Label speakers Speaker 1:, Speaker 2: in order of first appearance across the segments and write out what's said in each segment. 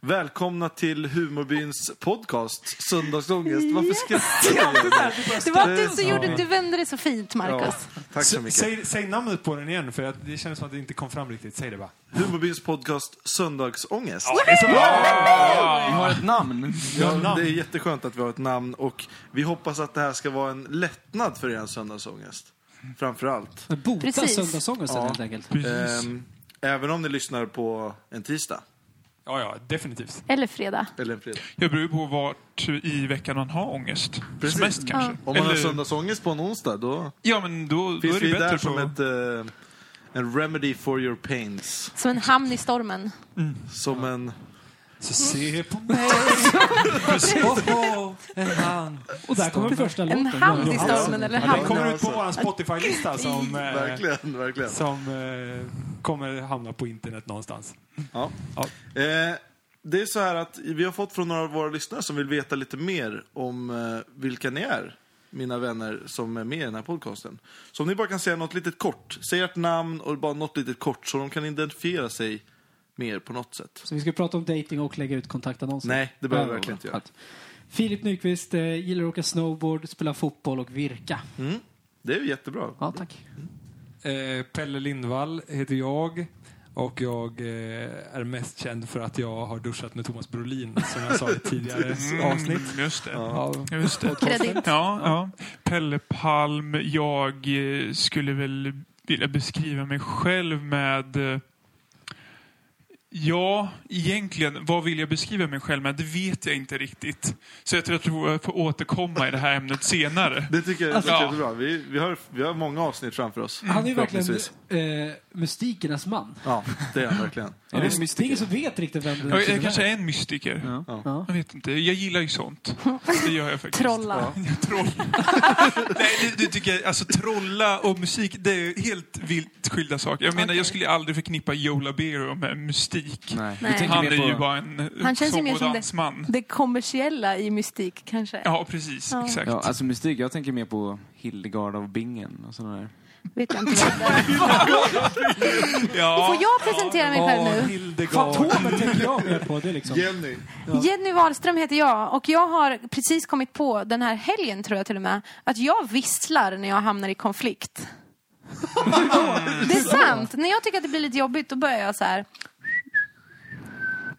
Speaker 1: Välkomna till Humorbyns podcast, Söndagsångest. Varför skrattar du?
Speaker 2: Det var du som gjorde, du vände det så fint,
Speaker 1: Ja,
Speaker 2: Marcus.
Speaker 1: tack så mycket.
Speaker 3: Säg, säg namnet på den igen, för jag, det känns som att det inte kom fram riktigt. Säg det bara.
Speaker 1: Humorbyns podcast, Söndagsångest.
Speaker 4: Vi har ett namn.
Speaker 1: Ja,
Speaker 3: namn.
Speaker 1: det är jätteskönt att vi har ett namn och vi hoppas att det här ska vara en lättnad för er söndagsångest. Framför allt.
Speaker 5: Bota
Speaker 2: Precis.
Speaker 5: söndagsångesten
Speaker 1: Ja.
Speaker 5: helt enkelt.
Speaker 1: Ehm, även om ni lyssnar på en tisdag
Speaker 3: Ja, ja, definitivt.
Speaker 2: Eller fredag.
Speaker 1: eller en fredag.
Speaker 6: Jag beror ju på vart i veckan man har ångest.
Speaker 1: Precis.
Speaker 6: Som mest kanske.
Speaker 1: Om man har söndagsångest på en onsdag då
Speaker 6: ja, men då, då
Speaker 1: finns
Speaker 6: är det
Speaker 1: vi
Speaker 6: bättre
Speaker 1: där
Speaker 6: på...
Speaker 1: som ett, eh, en remedy for your pains.
Speaker 2: Som en hamn i stormen.
Speaker 1: Som en...
Speaker 3: Så
Speaker 2: Mm.
Speaker 3: se på mig.
Speaker 5: Och där kommer första
Speaker 2: En
Speaker 5: låten.
Speaker 2: hamn i stormen, eller
Speaker 3: Den
Speaker 2: hamn.
Speaker 3: kommer ut på vår Spotify-lista som, eh,
Speaker 1: Verkligen, verkligen.
Speaker 3: som eh, kommer hamna på internet någonstans.
Speaker 1: Ja.
Speaker 3: Ja.
Speaker 1: Eh, det är så här att vi har fått från några av våra lyssnare som vill veta lite mer om eh, vilka ni är, mina vänner som är med i den här podcasten. Så om ni bara kan säga något litet kort, säg ert namn och bara något litet kort så de kan identifiera sig med er på något sätt.
Speaker 5: Så vi ska prata om dating och lägga ut kontaktannonser.
Speaker 1: Nej, det behöver vi verkligen inte göra.
Speaker 5: Tack. Filip Nyqvist eh, gillar att åka snowboard, spela fotboll och virka.
Speaker 1: Mm. Det är ju jättebra.
Speaker 5: Ja, tack.
Speaker 3: Eh, Pelle Lindvall heter jag. Och jag eh, är mest känd för att jag har duschat med Thomas Brolin, som jag sa i tidigare avsnitt.
Speaker 6: Mm, just det.
Speaker 3: Ja.
Speaker 6: Just det.
Speaker 2: Kredit.
Speaker 6: Ja, ja. Pelle Palm, jag eh, skulle väl vilja beskriva mig själv med... eh, Ja, egentligen, vad vill jag beskriva mig själv med? Det vet jag inte riktigt. Så jag tror att jag får återkomma i det här ämnet senare.
Speaker 1: Det tycker jag låter
Speaker 6: Ja.
Speaker 1: jättebra. Vi, vi, har, vi har många avsnitt framför oss.
Speaker 5: Han är ju verkligen
Speaker 1: förhoppningsvis.
Speaker 5: eh, mystikernas man.
Speaker 1: Ja, det är han verkligen.
Speaker 5: Ja, det är ingen som vet riktigt vem den
Speaker 6: Jag, jag
Speaker 5: personen
Speaker 6: kanske är en mystiker.
Speaker 5: Ja.
Speaker 6: Jag vet inte. Jag gillar ju sånt. Det gör jag faktiskt.
Speaker 2: Trolla.
Speaker 6: Jag Troll. Nej, det, det tycker jag, alltså trolla och musik, det är helt vilt skilda saker. Jag menar, jag skulle aldrig förknippa Joe Labero med mystik.
Speaker 2: Nej.
Speaker 6: Han
Speaker 4: Tänker mer
Speaker 6: är ju
Speaker 4: på-
Speaker 6: bara en
Speaker 2: Han känns ju
Speaker 6: sång
Speaker 2: mer
Speaker 6: och
Speaker 2: som
Speaker 6: dansman.
Speaker 2: det, det kommersiella i mystik, kanske.
Speaker 6: Ja, precis.
Speaker 2: Ja.
Speaker 6: Exakt.
Speaker 4: Ja, alltså mystik, jag tänker mer på Hildegard av Bingen och sådana där.
Speaker 2: Vet jag inte vad det är.
Speaker 6: Ja.
Speaker 2: Får jag presentera mig själv nu?
Speaker 3: Hildegard.
Speaker 5: Fantomen tänker jag mer på. Det är liksom.
Speaker 1: Jenny.
Speaker 2: Jenny Wahlström heter jag och jag har precis kommit på den här helgen tror jag till och med att jag visslar när jag hamnar i konflikt. det är sant. När jag tycker att det blir lite jobbigt då börjar jag så här.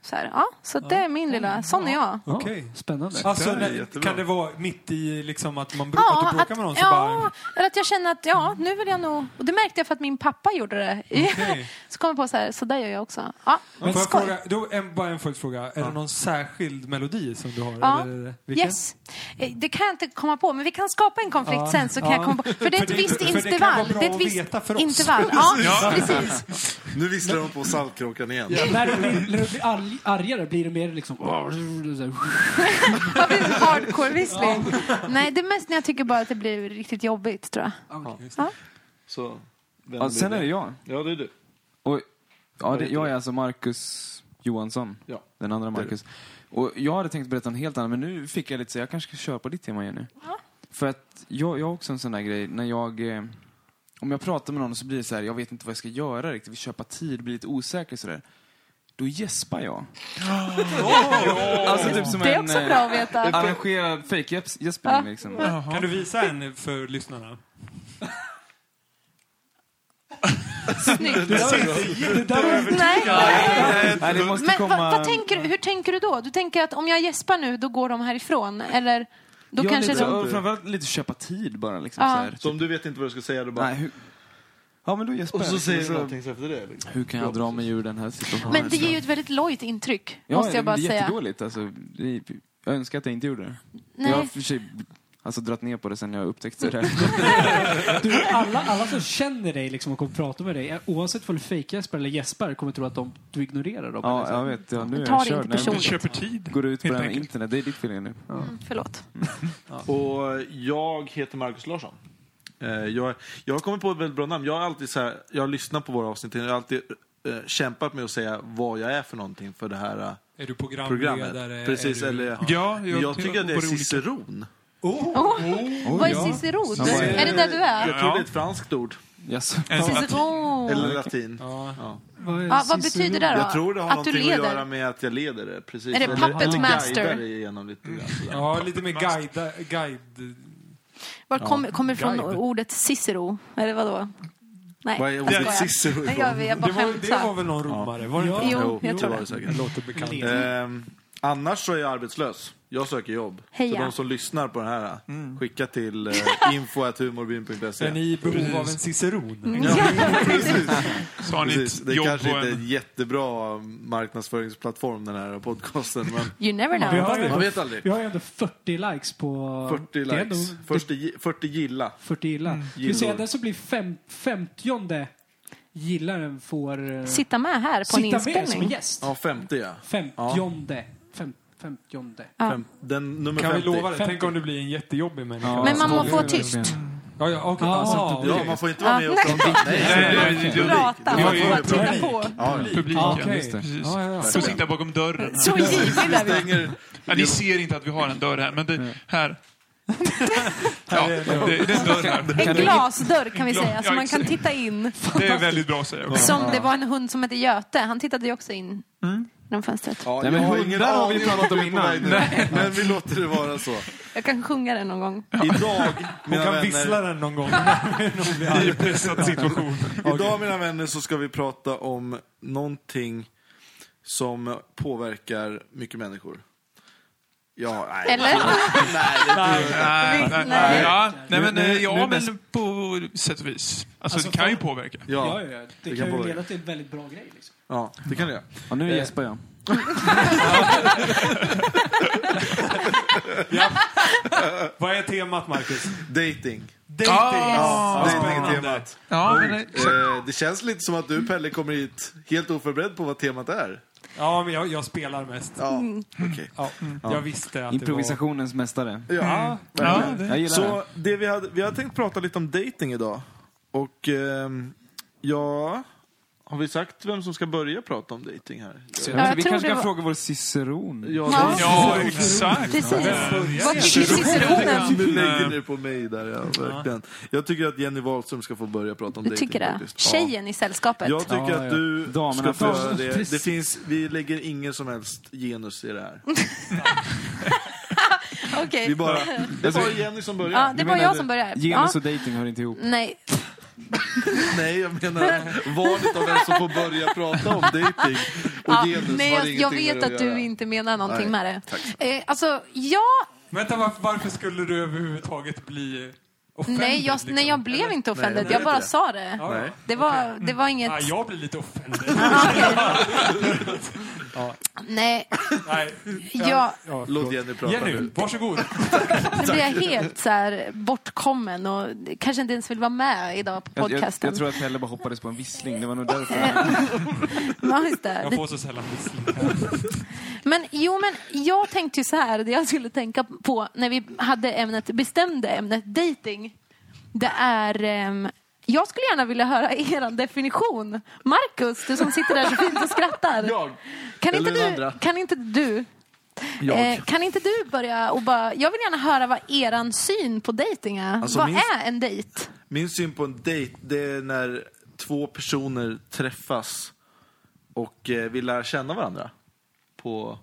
Speaker 2: Så här, ja, så det är min lilla, sån är jag.
Speaker 5: Ja,
Speaker 3: Okej.
Speaker 5: Spännande.
Speaker 3: Alltså,
Speaker 1: Det är
Speaker 3: när,
Speaker 1: jättebra.
Speaker 3: kan det vara mitt i liksom att man brukar
Speaker 2: Ja,
Speaker 3: att du bråkar
Speaker 2: att,
Speaker 3: med någon så
Speaker 2: ja
Speaker 3: bara...
Speaker 2: eller att jag känner att ja, nu vill jag nog... Och det märkte jag för att min pappa gjorde det.
Speaker 3: Okej.
Speaker 2: så kom jag på så här, så där gör jag också. Ja,
Speaker 3: Men får jag
Speaker 2: skoj.
Speaker 3: fråga, då en, bara en följdfråga. Är det någon särskild melodi som du har?
Speaker 2: Ja.
Speaker 3: Eller, vilken?
Speaker 2: Yes. Eh, Det kan jag inte komma på, men vi kan skapa en konflikt
Speaker 3: Ja.
Speaker 2: sen. Så kan
Speaker 3: Ja.
Speaker 2: jag komma på. För det är
Speaker 3: För
Speaker 2: ett
Speaker 3: det-
Speaker 2: visst
Speaker 3: för det kan
Speaker 2: intervall.
Speaker 3: vara bra
Speaker 2: är ett
Speaker 3: att
Speaker 2: visst
Speaker 3: veta för oss.
Speaker 2: intervall. Ja,
Speaker 6: Ja.
Speaker 2: precis.
Speaker 1: Nu visslar de på Saltkråkan igen.
Speaker 5: När du blir, när du blir arg, argare blir det mer liksom... så här-
Speaker 2: Ja, det är Hardcore-vissling. Nej, det är mest när jag tycker bara att det blir riktigt jobbigt, tror jag.
Speaker 1: Så, vem
Speaker 4: Ja, sen är det jag.
Speaker 1: Ja, det är du.
Speaker 4: Och, ja, det,
Speaker 1: heter
Speaker 4: jag
Speaker 1: du?
Speaker 4: är alltså Marcus Johansson.
Speaker 1: Ja.
Speaker 4: Den andra
Speaker 1: Det är
Speaker 4: Marcus. Och jag hade tänkt berätta en helt annan, men nu fick jag lite så jag kanske ska köra på ditt tema igen nu. För att jag, jag har också en sån där grej, när jag... Eh, om jag pratar med någon så blir det så här, jag vet inte vad jag ska göra riktigt, vill köpa tid, blir lite osäker sådär. Då gäspar jag. Alltså typ som
Speaker 2: Det är
Speaker 4: en
Speaker 2: också
Speaker 4: eh,
Speaker 2: bra att veta.
Speaker 4: arrangerad fejkgäspning liksom.
Speaker 3: Kan du visa en för lyssnarna?
Speaker 2: Snyggt.
Speaker 5: Det där var-
Speaker 2: Nej.
Speaker 4: Nej, det måste
Speaker 2: Men
Speaker 4: komma...
Speaker 2: vad, vad tänker, du- hur tänker du då? Du tänker att om jag gäspar nu, då går de härifrån? Eller? Då
Speaker 4: Ja,
Speaker 2: kanske
Speaker 4: lite,
Speaker 2: de...
Speaker 4: och framförallt lite köpa tid bara liksom.
Speaker 2: Ja.
Speaker 4: Så här.
Speaker 1: Så om du vet inte vad du ska säga, då bara...
Speaker 4: Nej, hur... Ja men då gäspar
Speaker 1: Och så
Speaker 4: jag.
Speaker 1: säger du någonting efter det. Liksom.
Speaker 4: Hur kan jag dra mig ur den här situationen?
Speaker 2: Men det ger ju ett väldigt lojt intryck,
Speaker 4: ja,
Speaker 2: måste jag bara
Speaker 4: det är
Speaker 2: säga.
Speaker 4: jättedåligt. Alltså, det är... Jag önskar att jag inte gjorde det. Jag har
Speaker 2: Nej.
Speaker 4: för sig alltså, dratt ner på det sen jag upptäckte det.
Speaker 5: Du, alla, alla som känner dig liksom, och kommer prata med dig, oavsett om du fejkgäspar eller gäspar, kommer tro att de, du ignorerar dem. Liksom. eller
Speaker 4: ja,
Speaker 5: så.
Speaker 4: jag vet. Ja, nu är
Speaker 2: Ta det
Speaker 4: jag körd.
Speaker 2: inte
Speaker 4: Nej, men-
Speaker 6: Du köper tid.
Speaker 4: Går ut på
Speaker 6: Helt
Speaker 4: den här
Speaker 6: enkelt.
Speaker 4: internet. Det är ditt fel Mm. nu. Ja.
Speaker 2: Förlåt.
Speaker 1: Och jag heter Markus Larsson. Eh, Jag, jag har kommit på ett väldigt bra namn. Jag har alltid så här, jag har lyssnat på våra avsnitt och jag har alltid eh, kämpat med att säga vad jag är för någonting för det här eh,
Speaker 3: Är du programledare?
Speaker 1: programmet.
Speaker 3: Är
Speaker 1: Precis,
Speaker 3: du...
Speaker 1: eller,
Speaker 6: Ja,
Speaker 1: Men jag tycker att det är ciceron.
Speaker 2: Oh, vad är cicerot?
Speaker 4: vad är det?
Speaker 2: Är det där du är?
Speaker 1: Jag tror det är ett franskt ord.
Speaker 4: Yes.
Speaker 6: En sån
Speaker 2: Ciceron.
Speaker 1: Eller latin.
Speaker 3: Ja.
Speaker 5: Vad, är
Speaker 2: Ja, vad
Speaker 5: sist-
Speaker 2: betyder det då?
Speaker 1: Jag tror det har
Speaker 2: att du
Speaker 1: någonting att göra
Speaker 2: leder?
Speaker 1: med att jag leder det. Precis.
Speaker 2: Är det
Speaker 1: Eller
Speaker 2: puppet
Speaker 1: att jag
Speaker 2: master?
Speaker 1: guidar igenom lite grann. sådär.
Speaker 3: ja, lite mer guida, guide...
Speaker 2: Var kom, kommer det från
Speaker 3: Guide.
Speaker 2: ordet Cicero? Eller vadå? Nej,
Speaker 1: Vad är
Speaker 2: jag
Speaker 1: ordet
Speaker 2: skojar.
Speaker 1: Cicero
Speaker 2: Nej, jag, jag
Speaker 3: Det
Speaker 2: bara
Speaker 3: var, det var
Speaker 2: skämtar.
Speaker 3: väl någon romare? Var det inte?
Speaker 2: Jo, jag tror
Speaker 1: det.
Speaker 2: det.
Speaker 1: var säkert.
Speaker 3: Det låter bekant.
Speaker 1: Ehm, annars så är jag arbetslös. Jag söker jobb.
Speaker 2: Heja.
Speaker 1: Så de som lyssnar på det här,
Speaker 6: Mm.
Speaker 1: skicka till eh, info.humorbyn.se.
Speaker 3: Är ni i behov av en
Speaker 2: Mm.
Speaker 3: ciceron?
Speaker 6: Så har ni
Speaker 1: Precis. Det
Speaker 6: ett
Speaker 1: är
Speaker 6: jobb
Speaker 1: kanske
Speaker 6: på
Speaker 1: inte en
Speaker 6: en...
Speaker 1: jättebra marknadsföringsplattform den här podcasten, men
Speaker 2: You never
Speaker 5: Vi
Speaker 2: know.
Speaker 5: har,
Speaker 1: man
Speaker 5: ju ändå,
Speaker 1: vet aldrig.
Speaker 5: vi har ju ändå 40 likes på...
Speaker 1: 40
Speaker 5: det är ändå-
Speaker 1: likes. 40, gi- 40 gilla.
Speaker 5: 40 gillar.
Speaker 2: Mm.
Speaker 5: Ska vi
Speaker 1: Gillar.
Speaker 5: säga den som blir fem, femtionde gillaren får eh,
Speaker 2: Sitta med här på en
Speaker 5: sitta med som
Speaker 2: inspelning.
Speaker 5: gäst.
Speaker 1: Ja, 50 ja.
Speaker 5: Femtionde. Fem, femtionde.
Speaker 2: Ja.
Speaker 1: Fem, den, nummer
Speaker 3: Kan vi
Speaker 1: 50.
Speaker 3: lova det?
Speaker 5: 50.
Speaker 3: Tänk om det blir en jättejobbig människa.
Speaker 4: Ja,
Speaker 2: Men man
Speaker 4: alltså,
Speaker 2: må
Speaker 4: då-
Speaker 2: få tyst.
Speaker 3: Ja, ja, okej.
Speaker 5: Ah,
Speaker 3: alltså,
Speaker 5: ja,
Speaker 1: Ja,
Speaker 3: publik.
Speaker 1: man får inte vara med och prata.
Speaker 6: Nej, nej, nej, nej.
Speaker 2: Prata.
Speaker 6: Vi har
Speaker 2: Man
Speaker 6: ju
Speaker 2: får bara
Speaker 6: publik.
Speaker 2: titta på.
Speaker 1: Ja, ja.
Speaker 6: Publiken.
Speaker 5: Ja, okej.
Speaker 4: just det.
Speaker 6: Precis.
Speaker 3: Ja, ja, ja.
Speaker 6: Får sitta bakom dörren.
Speaker 2: Så givig är vi.
Speaker 1: Stänger,
Speaker 6: Ja, ni ser inte att vi har en dörr här, men det, här. Ja, det, det är en dörr här.
Speaker 2: En glasdörr kan vi
Speaker 6: Ja,
Speaker 2: säga, så
Speaker 6: ja,
Speaker 2: man kan
Speaker 6: exakt.
Speaker 2: titta in.
Speaker 6: Det är väldigt bra att säga. också.
Speaker 2: Som det var en hund som hette Göte, han tittade ju också in genom fönstret.
Speaker 1: ja,
Speaker 4: Nej, men
Speaker 1: jag har
Speaker 4: hundar
Speaker 1: ingen
Speaker 4: har vi
Speaker 1: aning
Speaker 4: pratat om
Speaker 1: hur vi är på
Speaker 4: innan.
Speaker 1: väg nu. Men vi låter det vara så.
Speaker 2: Jag kan sjunga den någon gång.
Speaker 1: Idag,
Speaker 3: Hon
Speaker 1: mina
Speaker 3: kan
Speaker 1: vänner,
Speaker 3: vissla den någon gång.
Speaker 6: I en pressad situation.
Speaker 1: idag mina vänner så ska vi prata om någonting som påverkar mycket människor. Ja, nej.
Speaker 2: Eller?
Speaker 1: nej det är inte-
Speaker 2: Nej.
Speaker 6: Nej, nej, nej. Ja, nej, men,
Speaker 4: Nu- nu-
Speaker 6: eh, ja,
Speaker 4: nu
Speaker 6: men på sätt och vis. Alltså,
Speaker 5: Alltså,
Speaker 6: det kan ju
Speaker 5: för-
Speaker 6: påverka.
Speaker 1: ja,
Speaker 5: Ja, ja, ja. Det,
Speaker 1: kan
Speaker 5: kan ju
Speaker 1: påverka.
Speaker 5: leda till en väldigt bra grej. Liksom.
Speaker 1: ja, det kan det göra.
Speaker 4: Ja, nu gäspar jag.
Speaker 3: Vad är temat, Marcus?
Speaker 1: Dating.
Speaker 6: Dating.
Speaker 1: Ja,
Speaker 3: Ah, Vad
Speaker 1: dating är
Speaker 3: spännande.
Speaker 1: temat.
Speaker 6: Ja, men, det-
Speaker 1: Eh, det känns lite som att du Pelle kommer hit helt oförberedd på vad temat är.
Speaker 3: Ja, men jag, jag spelar mest.
Speaker 1: Ja, okej.
Speaker 3: Ja, mm. jag visste att
Speaker 4: Improvisationens mästare.
Speaker 1: Ja,
Speaker 3: Mm.
Speaker 6: ja,
Speaker 1: verkligen.
Speaker 4: Jag
Speaker 6: det,
Speaker 4: gillar
Speaker 1: Så det vi hade, vi hade tänkt prata lite om dating idag. Och ehm, ja, har vi sagt vem som ska börja prata om dating här?
Speaker 4: det.
Speaker 2: jag
Speaker 4: vi
Speaker 2: tror det
Speaker 4: kanske kan
Speaker 2: var-
Speaker 4: fråga vår ciceron.
Speaker 1: Ja,
Speaker 2: Ja.
Speaker 1: det-
Speaker 6: ja exakt.
Speaker 2: Precis. Vad tycker
Speaker 6: Ja.
Speaker 2: ciceronen?
Speaker 1: Du lägger det på mig där, ja, verkligen. Jag tycker att Jenny Wahlström ska få börja prata om
Speaker 2: Du
Speaker 1: dating.
Speaker 2: tycker det?
Speaker 1: faktiskt. Ja.
Speaker 2: Tjejen i sällskapet?
Speaker 1: Jag tycker
Speaker 4: Ja,
Speaker 1: att
Speaker 4: ja.
Speaker 1: du ska
Speaker 4: Damerna
Speaker 1: få
Speaker 4: först.
Speaker 1: göra det. det
Speaker 5: Precis.
Speaker 1: finns, vi lägger ingen som helst genus i det här.
Speaker 2: Okej.
Speaker 1: Vi bara, det var Jenny som började.
Speaker 2: Ja, det
Speaker 4: Du
Speaker 2: var
Speaker 4: menar
Speaker 2: jag
Speaker 4: det-
Speaker 2: som började. Ja.
Speaker 4: Genus och dating hör inte ihop.
Speaker 2: Nej,
Speaker 1: Nej, jag menar valet av vem som får börja prata om dating och
Speaker 2: ja.
Speaker 1: genus
Speaker 2: Nej
Speaker 1: har
Speaker 2: jag, jag
Speaker 1: ingenting
Speaker 2: vet
Speaker 1: med det
Speaker 2: att du
Speaker 1: göra.
Speaker 2: inte menar någonting
Speaker 1: Nej,
Speaker 2: med det. Eh, alltså, jag
Speaker 3: Vänta, varför, varför skulle du överhuvudtaget bli offentlig?
Speaker 2: Nej, jag,
Speaker 3: liksom?
Speaker 2: nej, jag blev
Speaker 3: Eller?
Speaker 2: inte offended.
Speaker 1: Nej,
Speaker 2: jag bara
Speaker 1: det.
Speaker 2: sa det.
Speaker 3: Ja,
Speaker 1: Nej.
Speaker 3: ja.
Speaker 2: Det var, det var inget...
Speaker 3: Ah, jag blir lite offended.
Speaker 2: Nej,
Speaker 3: nej.
Speaker 2: jag,
Speaker 3: Ja,
Speaker 1: Låt Jenny prata
Speaker 3: Jenny,
Speaker 1: nu.
Speaker 3: varsågod.
Speaker 2: nu blir jag helt så här bortkommen och kanske inte ens vill vara med idag på
Speaker 4: Jag, jag,
Speaker 2: podcasten.
Speaker 4: jag tror att Pelle bara hoppades på en vissling. Det var nog därför. han-
Speaker 2: Ja, just det.
Speaker 3: Jag
Speaker 2: Det-
Speaker 3: får så sällan vissling.
Speaker 2: Men jo, men jag tänkte ju så här, det jag skulle tänka på när vi hade ämnet, bestämde ämnet dating. Det är, ehm, jag skulle gärna vilja höra er definition. Marcus, du som sitter där så fint och skrattar.
Speaker 1: Jag.
Speaker 2: Kan inte,
Speaker 1: Eller den
Speaker 2: du,
Speaker 1: andra.
Speaker 2: kan inte du? Eh, kan inte du börja och bara, jag vill gärna höra vad eran syn på dating är.
Speaker 1: Alltså,
Speaker 2: vad
Speaker 1: min-
Speaker 2: är en dejt?
Speaker 1: Min syn på en dejt, det är när två personer träffas och eh, vill lära känna varandra på,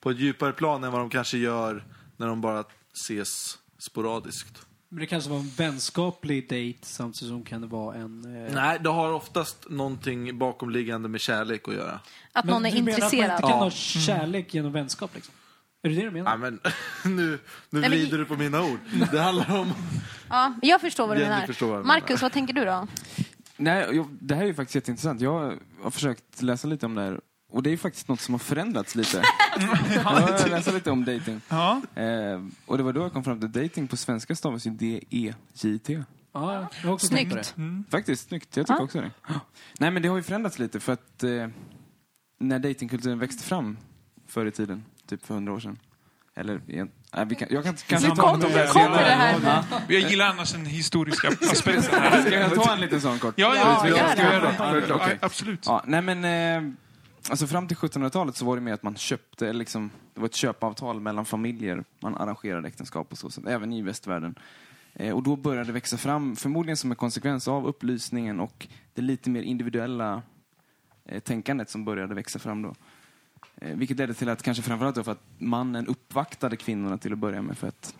Speaker 1: på ett djupare plan än vad de kanske gör när de bara ses sporadiskt.
Speaker 5: Men det kanske var en vänskaplig dejt samtidigt som kan det vara en... Eh,
Speaker 1: Nej, det har oftast någonting bakomliggande med kärlek att göra.
Speaker 2: Att
Speaker 5: Men
Speaker 2: någon är
Speaker 5: du menar att man
Speaker 2: intresserad.
Speaker 5: inte kan ha kärlek genom vänskap? Liksom? Är det det du menar?
Speaker 1: Mm. Ja, men, nu nu
Speaker 2: men-
Speaker 1: vrider du på mina ord. Det handlar om...
Speaker 2: Ja, jag förstår vad du
Speaker 1: Jenny
Speaker 2: menar.
Speaker 1: förstår vad jag menar.
Speaker 2: Marcus, vad tänker du då?
Speaker 4: Nej, jag, det här är ju faktiskt jätteintressant. Jag har försökt läsa lite om det här. Och det är ju faktiskt något som har förändrats lite. Jag har läst lite om dating.
Speaker 6: Ja.
Speaker 4: Eh, och det var då jag kom fram till dating på svenska stavas ju D-E-J-T.
Speaker 5: Ja, ja, jag har också tänkt på det.
Speaker 2: Snyggt.
Speaker 4: Faktiskt, snyggt. Jag tycker
Speaker 2: Ja.
Speaker 4: också det. Nej, men det har ju förändrats lite för att eh, när datingkulturen växte fram förr i tiden, typ för hundra år sedan. Eller, igen- nej, vi kan, jag kan kanske
Speaker 2: Nu
Speaker 4: ta
Speaker 2: kommer
Speaker 4: om
Speaker 2: det,
Speaker 4: det
Speaker 2: kommer det här nu.
Speaker 6: Jag gillar annars den historiska aspekten här.
Speaker 4: Ska jag ta en liten sån kort?
Speaker 6: Ja,
Speaker 2: Ja,
Speaker 6: ja,
Speaker 2: gör
Speaker 4: Ska jag göra det?
Speaker 6: ja,
Speaker 4: Okej.
Speaker 6: absolut.
Speaker 4: Ja, nej men... Eh, alltså fram till 1700-talet så var det mer att man köpte, eller liksom, det var ett köpavtal mellan familjer. Man arrangerade äktenskap och så, så även i västvärlden. Eh, Och då började det växa fram, förmodligen som en konsekvens av upplysningen och det lite mer individuella eh, tänkandet som började växa fram då. Eh, Vilket ledde till att kanske framförallt då för att mannen uppvaktade kvinnorna till att börja med för att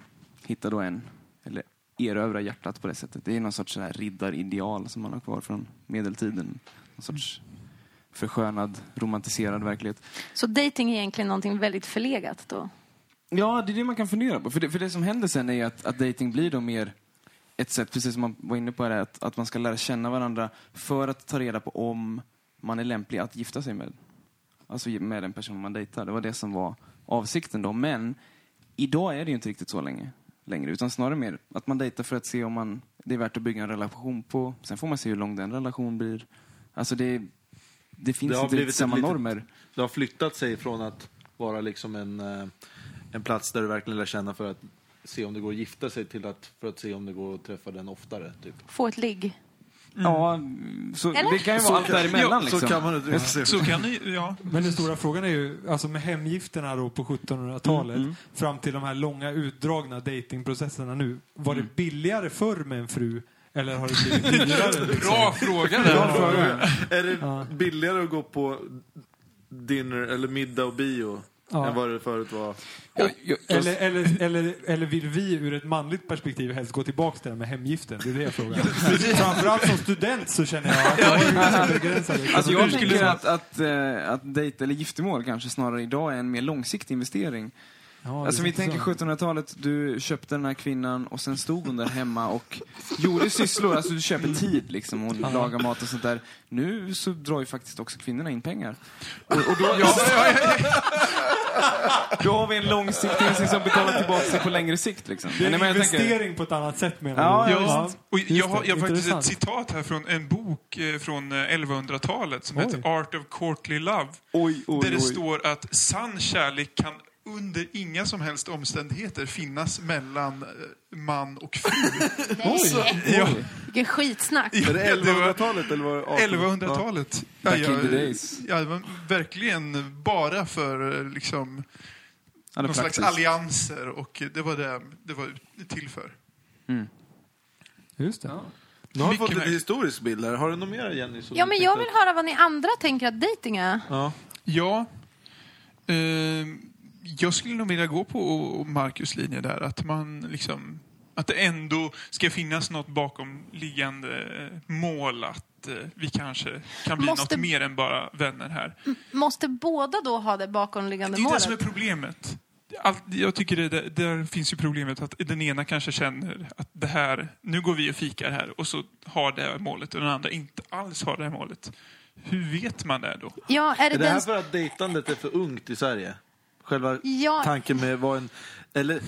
Speaker 4: hitta då en, eller erövra hjärtat på det sättet. Det är någon sorts så här riddarideal som man har kvar från medeltiden. Någon sorts förskönad, romantiserad verklighet.
Speaker 2: Så dating är egentligen någonting väldigt förlegat då?
Speaker 4: Ja, det är det man kan fundera på. För det, för det som händer sen är ju att, att dating blir då mer ett sätt, precis som man var inne på, här, att, att man ska lära känna varandra för att ta reda på om man är lämplig att gifta sig med. Alltså med den person man dejtar. Det var det som var avsikten då. Men idag är det ju inte riktigt så länge, längre. Utan snarare mer att man dejtar för att se om man, det är värt att bygga en relation på. Sen får man se hur lång den relationen blir. Alltså det, det finns
Speaker 1: har
Speaker 4: inte
Speaker 1: blivit
Speaker 4: riktigt
Speaker 1: ett
Speaker 4: samma
Speaker 1: litet-
Speaker 4: normer.
Speaker 1: Det har flyttat sig från att vara liksom en, eh, en plats där du verkligen lär känna för att se om det går att gifta sig till att, för att se om det går att träffa den oftare. Typ.
Speaker 2: Få ett ligg?
Speaker 4: Ja, så
Speaker 2: Eller?
Speaker 4: det kan ju vara allt däremellan. liksom.
Speaker 1: Så kan man uttrycka sig.
Speaker 6: Så kan ni, ja.
Speaker 3: Men den stora frågan är ju, alltså med hemgifterna då på 1700-talet
Speaker 1: Mm,
Speaker 3: fram till de här långa utdragna datingprocesserna nu. Var
Speaker 1: Mm.
Speaker 3: det billigare förr med en fru? Eller har det blivit dyrare? Liksom?
Speaker 6: Bra fråga
Speaker 4: Bra
Speaker 6: där.
Speaker 4: fråga.
Speaker 1: Är det billigare att gå på dinner eller middag och bio
Speaker 3: Ja.
Speaker 1: än vad det förut var?
Speaker 4: Jag- jag- jag-
Speaker 3: Eller, eller, eller, eller vill vi ur ett manligt perspektiv helst gå tillbaka till det här med hemgiften? Det är det jag frågar. Framförallt som student så känner jag att jag har ju vissa begränsade
Speaker 4: Alltså
Speaker 3: ekonomier.
Speaker 4: jag tycker att, att, eh, att dejt eller giftermål kanske snarare idag är en mer långsiktig investering.
Speaker 3: Ja, det
Speaker 4: Alltså
Speaker 3: är
Speaker 4: vi
Speaker 3: inte
Speaker 4: tänker
Speaker 3: så.
Speaker 4: 1700-talet, du köpte den här kvinnan och sen stod hon där hemma och gjorde sysslor. Alltså du köper tid liksom och lagar mat och sånt där. Nu så drar ju faktiskt också kvinnorna in pengar. Och, och då, då har vi en långsiktig investering som betalar tillbaka sig på längre sikt liksom.
Speaker 3: Det är
Speaker 4: Nej,
Speaker 3: en
Speaker 4: men jag tänker-
Speaker 3: investering på ett annat sätt menar
Speaker 4: Ja,
Speaker 3: du?
Speaker 4: ja,
Speaker 6: Ja, och
Speaker 3: just
Speaker 6: jag har,
Speaker 3: det.
Speaker 6: jag har faktiskt ett
Speaker 3: Intressant.
Speaker 6: citat här från en bok eh, från eh, 1100-talet som
Speaker 3: Oj.
Speaker 6: heter Art of Courtly Love.
Speaker 4: Oj, oj,
Speaker 6: Där det
Speaker 4: oj.
Speaker 6: står att sann kärlek kan under inga som helst omständigheter finnas mellan eh, man och fru. Ja,
Speaker 2: Alltså, Vilken skitsnack!
Speaker 6: ja,
Speaker 1: Är det
Speaker 6: det var
Speaker 1: 1100-talet eller var det 1800-talet?
Speaker 6: 1100-talet.
Speaker 4: Back in the days.
Speaker 6: ja, det var verkligen bara för eh, liksom,
Speaker 4: Ja, det är
Speaker 6: någon slags
Speaker 4: praktiskt.
Speaker 6: allianser och eh, det var det det var till för.
Speaker 3: Just det.
Speaker 1: Nu har vi
Speaker 6: Mycket
Speaker 1: fått lite
Speaker 6: märkligt.
Speaker 1: historisk bild här. Har du något mer Jenny? som
Speaker 2: Ja,
Speaker 1: du
Speaker 2: men
Speaker 1: tänkte
Speaker 2: jag
Speaker 1: att-
Speaker 2: vill höra vad ni andra tänker att dejting är.
Speaker 1: Ja.
Speaker 6: Ja. Ehm, jag skulle nog vilja gå på Marcus linje där. Att man liksom... Att det ändå ska finnas något bakomliggande eh, mål att eh, vi kanske kan bli
Speaker 2: Måste-
Speaker 6: något mer än bara vänner här.
Speaker 2: Måste båda då ha det bakomliggande
Speaker 6: Det är ju det
Speaker 2: målet?
Speaker 6: som är problemet. Allt, jag tycker det, där, där finns ju problemet att den ena kanske känner att det här, nu går vi och fikar här och så har det här målet och den andra inte alls har det här målet. Hur vet man det då?
Speaker 2: Ja, är det,
Speaker 1: Är det här
Speaker 2: den...
Speaker 1: för att dejtandet är för ungt i Sverige? Själva
Speaker 2: Ja.
Speaker 1: tanken med vad en... Eller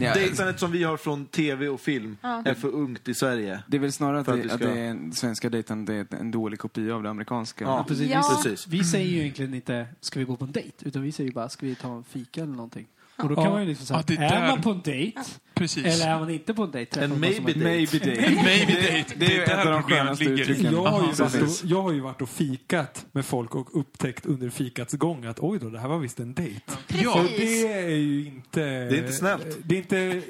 Speaker 4: Ja.
Speaker 1: dejtandet som vi har från tv och film är för ungt i Sverige.
Speaker 4: Det är väl snarare att,
Speaker 1: För att
Speaker 4: det,
Speaker 1: vi
Speaker 4: att
Speaker 1: ska-
Speaker 4: det är en- svenska dejtandet är ett- en dålig kopia av det amerikanska.
Speaker 5: precis.
Speaker 2: Ja.
Speaker 1: Precis.
Speaker 5: Vi säger ju egentligen inte ska vi gå på en dejt utan vi säger ju bara ska vi ta en fika eller någonting. Och då kan
Speaker 3: Ja.
Speaker 5: man ju liksom säga,
Speaker 6: Ja, det
Speaker 5: är
Speaker 6: där.
Speaker 5: man på en dejt
Speaker 6: Precis.
Speaker 5: eller är man inte på en dejt? Träffar
Speaker 1: En
Speaker 5: man
Speaker 1: maybe
Speaker 5: som
Speaker 1: date.
Speaker 5: man-
Speaker 4: Maybe date.
Speaker 6: Maybe date.
Speaker 4: Det är ju ett av de skönaste uttrycken.
Speaker 3: Jag har, ju
Speaker 4: Aha,
Speaker 3: varit
Speaker 4: precis.
Speaker 3: och, jag har ju varit och fikat med folk och upptäckt under fikats gång att oj då, det här var visst en dejt. Och
Speaker 2: Precis.
Speaker 3: det är ju inte...
Speaker 1: är inte snällt.
Speaker 3: Det är inte,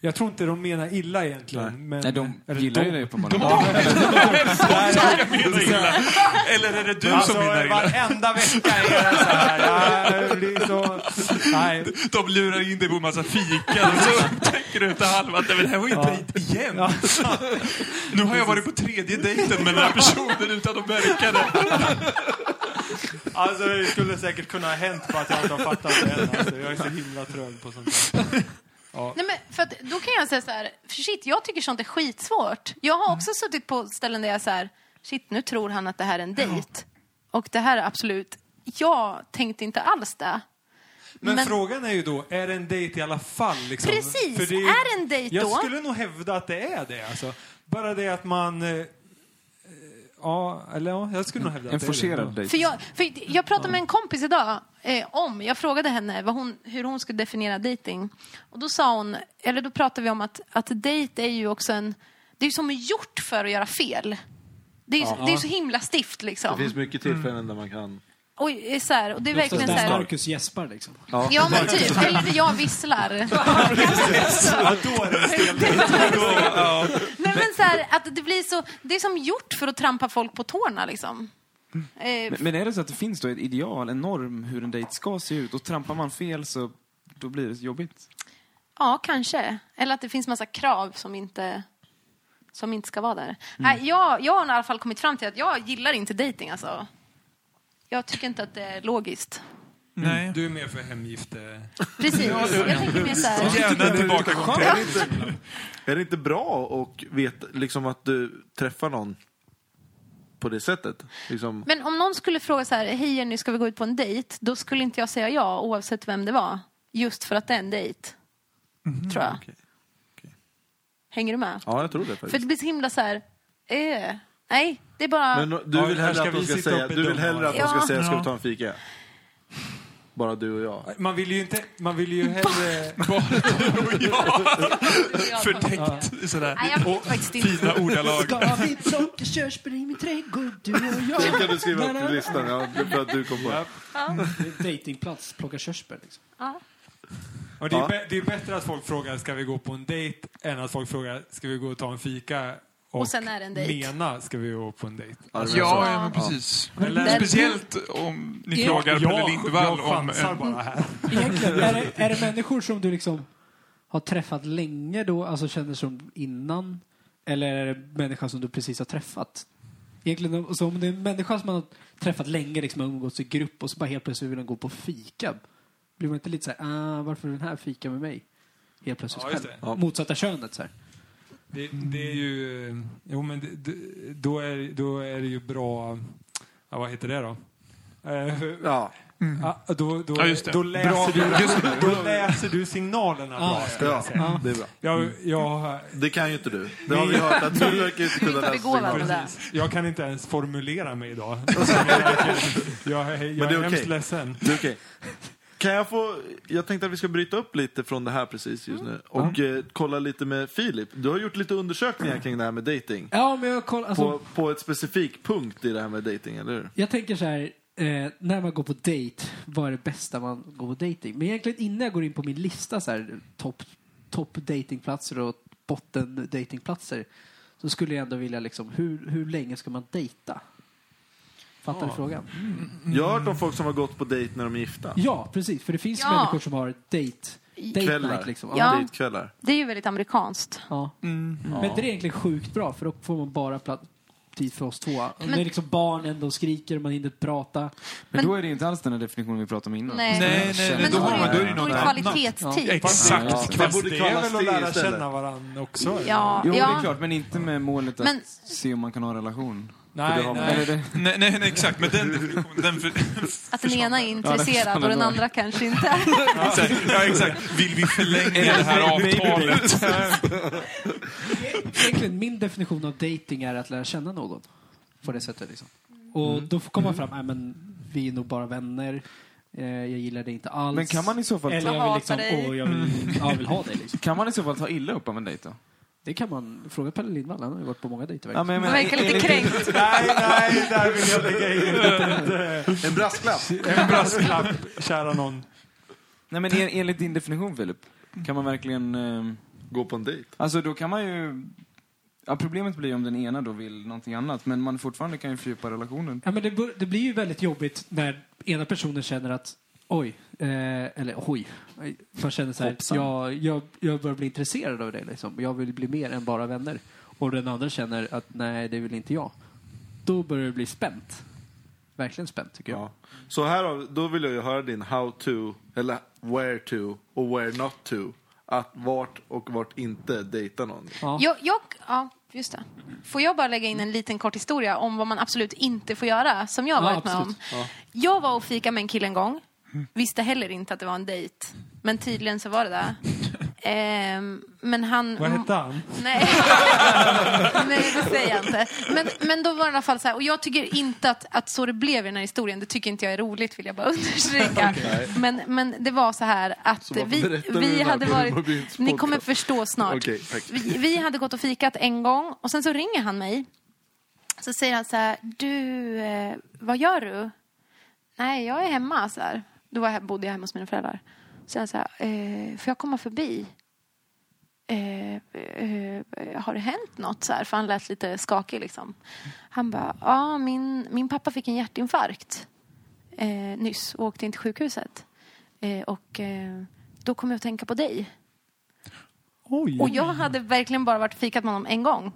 Speaker 3: jag tror inte de menar illa egentligen. Men,
Speaker 4: Nej, de
Speaker 3: eller
Speaker 4: gillar ju
Speaker 3: de-
Speaker 4: det uppenbarligen.
Speaker 6: Eller är det du
Speaker 3: Alltså,
Speaker 6: som menar illa?
Speaker 3: varenda vecka är det så här. Nej, det är så, nej.
Speaker 6: De lurar in dig på en massa fika och så tänker du efter halva att "Nej, men det här var ju inte dejt igen. Nu har jag varit på tredje dejten med den här personen utan att märka det.
Speaker 3: Alltså, det skulle säkert kunna ha hänt på att jag inte har fattat det än. Alltså, jag är så himla trög på sånt där.
Speaker 2: Nej, men för att, då kan jag säga så här, för shit, jag tycker sånt är skitsvårt. Jag har också suttit på ställen där jag så här, shit, nu tror han att det här är en dejt. Och det här är absolut, jag tänkte inte alls det.
Speaker 3: Men,
Speaker 2: Men-
Speaker 3: frågan är ju då, är det en dejt i alla fall? Liksom?
Speaker 2: Precis,
Speaker 3: För
Speaker 2: är det en dejt
Speaker 3: Jag
Speaker 2: då?
Speaker 3: skulle nog hävda att det är det. Alltså. Bara det att man... eh, eh, Ja, eller ja, jag skulle nog hävda
Speaker 4: En
Speaker 3: att det
Speaker 4: forcerad
Speaker 3: är
Speaker 4: dejt.
Speaker 2: För jag, för jag pratade med en kompis idag eh, om, jag frågade henne vad hon, hur hon skulle definiera dating. Och då sa hon, eller då pratade vi om att, att dejt är ju också en, det är ju som gjort för att göra fel. Det är ju det är ju så himla stift liksom.
Speaker 1: Det finns mycket tillfällen där man kan...
Speaker 2: Och, eh, så här, och det är verkligen så
Speaker 5: där
Speaker 2: här...
Speaker 5: Marcus gäspar liksom.
Speaker 2: Ja, men typ. Eller jag visslar. Nej, men så här, att det blir så... Det är som gjort för att trampa folk på tårna, liksom. Eh,
Speaker 4: Men, men är det så att det finns då ett ideal, en norm, hur en dejt ska se ut? Och trampar man fel så då blir det jobbigt.
Speaker 2: Ja, kanske. Eller att det finns massa krav som inte, som inte ska vara där. Nej, jag, jag har i alla fall kommit fram till att jag gillar inte dating alltså. Jag tycker inte att det är logiskt.
Speaker 6: Nej.
Speaker 3: Du är mer för hemgifte...
Speaker 2: Precis. Jag tänker mer så här...
Speaker 6: Gärna tillbaka
Speaker 1: Är det, inte, är det inte bra och veta, liksom att du träffar någon på det sättet? Liksom,
Speaker 2: Men om någon skulle fråga så här, hej Jenny, ska vi gå ut på en dejt? Då skulle inte jag säga ja, oavsett vem det var. Just för att det är en dejt. tror jag.
Speaker 1: Mm-hmm. okej, okej.
Speaker 2: Hänger du med?
Speaker 1: ja, jag tror det
Speaker 2: För det
Speaker 1: faktiskt.
Speaker 2: blir så himla så här, eh, nej, det är bara...
Speaker 1: Men du
Speaker 3: Ja,
Speaker 1: vill hellre
Speaker 3: här ska
Speaker 1: att de
Speaker 3: vi
Speaker 1: ska
Speaker 3: sitta
Speaker 1: säga,
Speaker 3: och
Speaker 1: du vill
Speaker 3: bedöma.
Speaker 1: hellre att de ska
Speaker 2: Ja.
Speaker 1: säga, ska vi
Speaker 6: Ja.
Speaker 1: ta en fika? Bara du och jag.
Speaker 3: Man vill ju inte... Man vill ju hellre...
Speaker 2: jag
Speaker 6: Förtäckt sådär.
Speaker 2: Nej, jag vet faktiskt inte.
Speaker 6: Fina ordalag.
Speaker 5: Ska vi plocka körsbär i min trädgård, du och jag?
Speaker 1: Sen kan du skriva upp på listan, ja, det är bra att du kom på. det.
Speaker 5: Det är en Dejtingplats, plocka körsbär liksom.
Speaker 3: Och det, är
Speaker 1: Ja.
Speaker 3: bä- det är bättre att folk frågar ska vi gå på en dejt än att folk frågar ska vi gå och ta en fika och,
Speaker 2: Och sen är det en dejt.
Speaker 3: mena ska vi gå på en dejt.
Speaker 1: Ja, det menar
Speaker 6: Ja,
Speaker 1: jag.
Speaker 6: ja, men precis.
Speaker 3: Eller,
Speaker 2: där-
Speaker 6: Speciellt om ni
Speaker 5: Ja,
Speaker 6: frågar Pelle
Speaker 3: jag,
Speaker 6: Lindvall
Speaker 3: jag
Speaker 6: om...
Speaker 3: chansar
Speaker 6: en-
Speaker 3: bara här.
Speaker 5: Egentligen, är det, är det människor som du liksom har träffat länge då, alltså känner som innan? Eller är det människor som du precis har träffat? Egentligen, alltså om det är en människa som man har träffat länge, liksom har umgåtts i grupp och så bara helt plötsligt vill den gå på fika. Blir man inte lite så här, ah, varför vill den här fika med mig? Helt plötsligt
Speaker 3: Ja, just
Speaker 5: själv.
Speaker 3: det.
Speaker 1: Ja.
Speaker 5: Motsatta könet så här.
Speaker 3: Det, det är ju... Jo, men det, det- då, är, då är det ju bra... Ja, vad heter det då? Eh,
Speaker 1: Ja,
Speaker 3: ja, då, då,
Speaker 6: Ja, just det.
Speaker 3: då, läser
Speaker 6: Bra
Speaker 3: du, då läser du signalerna bra.
Speaker 1: ja, det är bra.
Speaker 3: Jag, jag,
Speaker 1: Det kan ju inte du. Det har vi hört att du verkar inte kunna läsa
Speaker 2: begåvad
Speaker 1: signaler.
Speaker 2: med det.
Speaker 3: jag kan inte ens formulera mig idag. Jag, är- jag
Speaker 1: Men det är
Speaker 3: är hemskt
Speaker 1: okej.
Speaker 3: ledsen.
Speaker 1: Du, okej. Kan jag få... Jag tänkte att vi ska bryta upp lite från det här precis just nu och eh, kolla lite med Filip. Du har gjort lite undersökningar kring det här med dating.
Speaker 5: Ja, men jag kollar, alltså,
Speaker 1: På, på ett specifik punkt i det här med dating, eller hur?
Speaker 5: Jag tänker så här, eh, när man går på dejt, vad är det bästa man går på dejting? Men egentligen innan jag går in på min lista så här, topp top dejtingplatser och botten dejtingplatser så skulle jag ändå vilja liksom, hur, hur länge ska man dejta? Fattar du frågan?
Speaker 1: Jag har hört om folk som har gått på dejt när de är gifta.
Speaker 5: Ja, precis. För det finns
Speaker 2: Ja.
Speaker 5: människor som har dejt, date
Speaker 1: Kvällar.
Speaker 5: night liksom.
Speaker 2: Ja.
Speaker 1: Dejtkvällar.
Speaker 2: Det är ju väldigt amerikanskt.
Speaker 5: Ja. Men det är egentligen sjukt bra för då får man bara plat- tid för oss två. Men... När liksom barnen de skriker, man hinner prata.
Speaker 4: Men,
Speaker 2: Men-
Speaker 4: då är det inte alls den här definitionen vi pratade om innan.
Speaker 2: Nej.
Speaker 6: Nej, nej, nej.
Speaker 2: Men
Speaker 6: Då
Speaker 2: då
Speaker 6: har man- då är
Speaker 2: är
Speaker 6: det
Speaker 2: det
Speaker 6: något
Speaker 2: någon
Speaker 6: annat.
Speaker 2: kvalitetstid.
Speaker 6: Exakt.
Speaker 4: Ja.
Speaker 1: Man
Speaker 6: Kvast.
Speaker 1: borde
Speaker 3: Det är
Speaker 1: kallas
Speaker 3: väl att lära
Speaker 1: istället.
Speaker 3: känna varandra också? eller?
Speaker 2: Ja,
Speaker 4: Jo, det är
Speaker 2: ja.
Speaker 4: klart, men inte med målet att
Speaker 2: Men-
Speaker 4: se om man kan ha en relation.
Speaker 3: Nej,
Speaker 1: har man-
Speaker 3: nej.
Speaker 4: Eller det,
Speaker 6: Nej, nej, nej, exakt. Men den definitionen, den för,
Speaker 2: Att den ena är
Speaker 4: försvann
Speaker 2: intresserad och den
Speaker 4: ändå.
Speaker 2: andra kanske inte är.
Speaker 6: exakt. Ja, exakt. Vill vi förlänga det här avtalet?
Speaker 5: Egentligen min definition av dating är att lära känna någon. På det sättet liksom. Och
Speaker 4: Mm.
Speaker 5: då kommer man fram, nej men vi är nog bara vänner. Eh, jag gillar dig inte alls.
Speaker 4: men kan man i så fall Mm.
Speaker 5: Eller
Speaker 4: ta,
Speaker 2: Jag
Speaker 5: jag vill
Speaker 2: hatar
Speaker 5: liksom,
Speaker 2: dig.
Speaker 5: åh jag vill, ja, jag vill ha dig liksom.
Speaker 4: kan man i så fall ta illa upp av en dejt då?
Speaker 5: Det kan man, fråga Pelle Lindvall, han har ju varit på många dejter.
Speaker 4: Ja,
Speaker 5: verkligen.
Speaker 4: men jag
Speaker 2: Man
Speaker 4: menar,
Speaker 2: verkar lite kränkt.
Speaker 3: nej, nej, där vill jag lägga in
Speaker 1: En brasklapp.
Speaker 3: en brasklapp, kära någon.
Speaker 4: nej, men en- enligt din definition Filip, kan man verkligen... Eh,
Speaker 1: Gå på en dejt.
Speaker 4: alltså då kan man ju... Ja, problemet blir ju om den ena då vill någonting annat, men man fortfarande kan ju fördjupa relationen.
Speaker 5: Ja, men det, bör- det blir ju väldigt jobbigt när ena personen känner att oj, eh, eller oj, man känner så här,
Speaker 4: Hoppsan.
Speaker 5: jag, jag, jag börjar bli intresserad av dig liksom. Jag vill bli mer än bara vänner. Och den andra känner att nej, det vill inte jag. Då börjar det bli spänt. Verkligen spänt tycker jag.
Speaker 1: Ja. Så här har, då vill jag ju höra din how to, eller where to och where not to. Att vart och vart inte dejta någon.
Speaker 5: Ja.
Speaker 2: Jag, jag, ja, just det. Får jag bara lägga in en liten kort historia om vad man absolut inte får göra, som jag har
Speaker 5: Ja,
Speaker 2: varit med om.
Speaker 5: absolut.
Speaker 2: Jag var och fika med en kille en gång. Visste heller inte att det var en dejt. Men tydligen så var det det. Ehm, men han...
Speaker 3: Vad hette han?
Speaker 2: Nej. Nej, det säger jag inte. Men, men då var det i alla fall så här, och jag tycker inte att, att så det blev i den här historien, det tycker inte jag är roligt vill jag bara understryka. men, men det var så här att
Speaker 1: Så varför
Speaker 2: vi,
Speaker 1: berättar du
Speaker 2: vi
Speaker 1: det här
Speaker 2: hade
Speaker 1: på
Speaker 2: varit,
Speaker 1: Mobilspodcast?
Speaker 2: ni kommer förstå snart.
Speaker 1: Okej, tack.
Speaker 2: vi, vi hade gått och fikat en gång och sen så ringer han mig. Så säger han så här, du, eh, vad gör du? nej, jag är hemma. Så här. Då var jag, bodde jag hemma hos mina föräldrar. Så jag så här, eh, får jag komma förbi? Eh, eh, har det hänt något? Så här, för han lät lite skakig. Liksom. Han bara, ja, min, min pappa fick en hjärtinfarkt eh, nyss och åkte in till sjukhuset. Eh, och eh, då kom jag att tänka på dig.
Speaker 5: Oj.
Speaker 2: Och jag hade verkligen bara varit och fikat med honom en gång.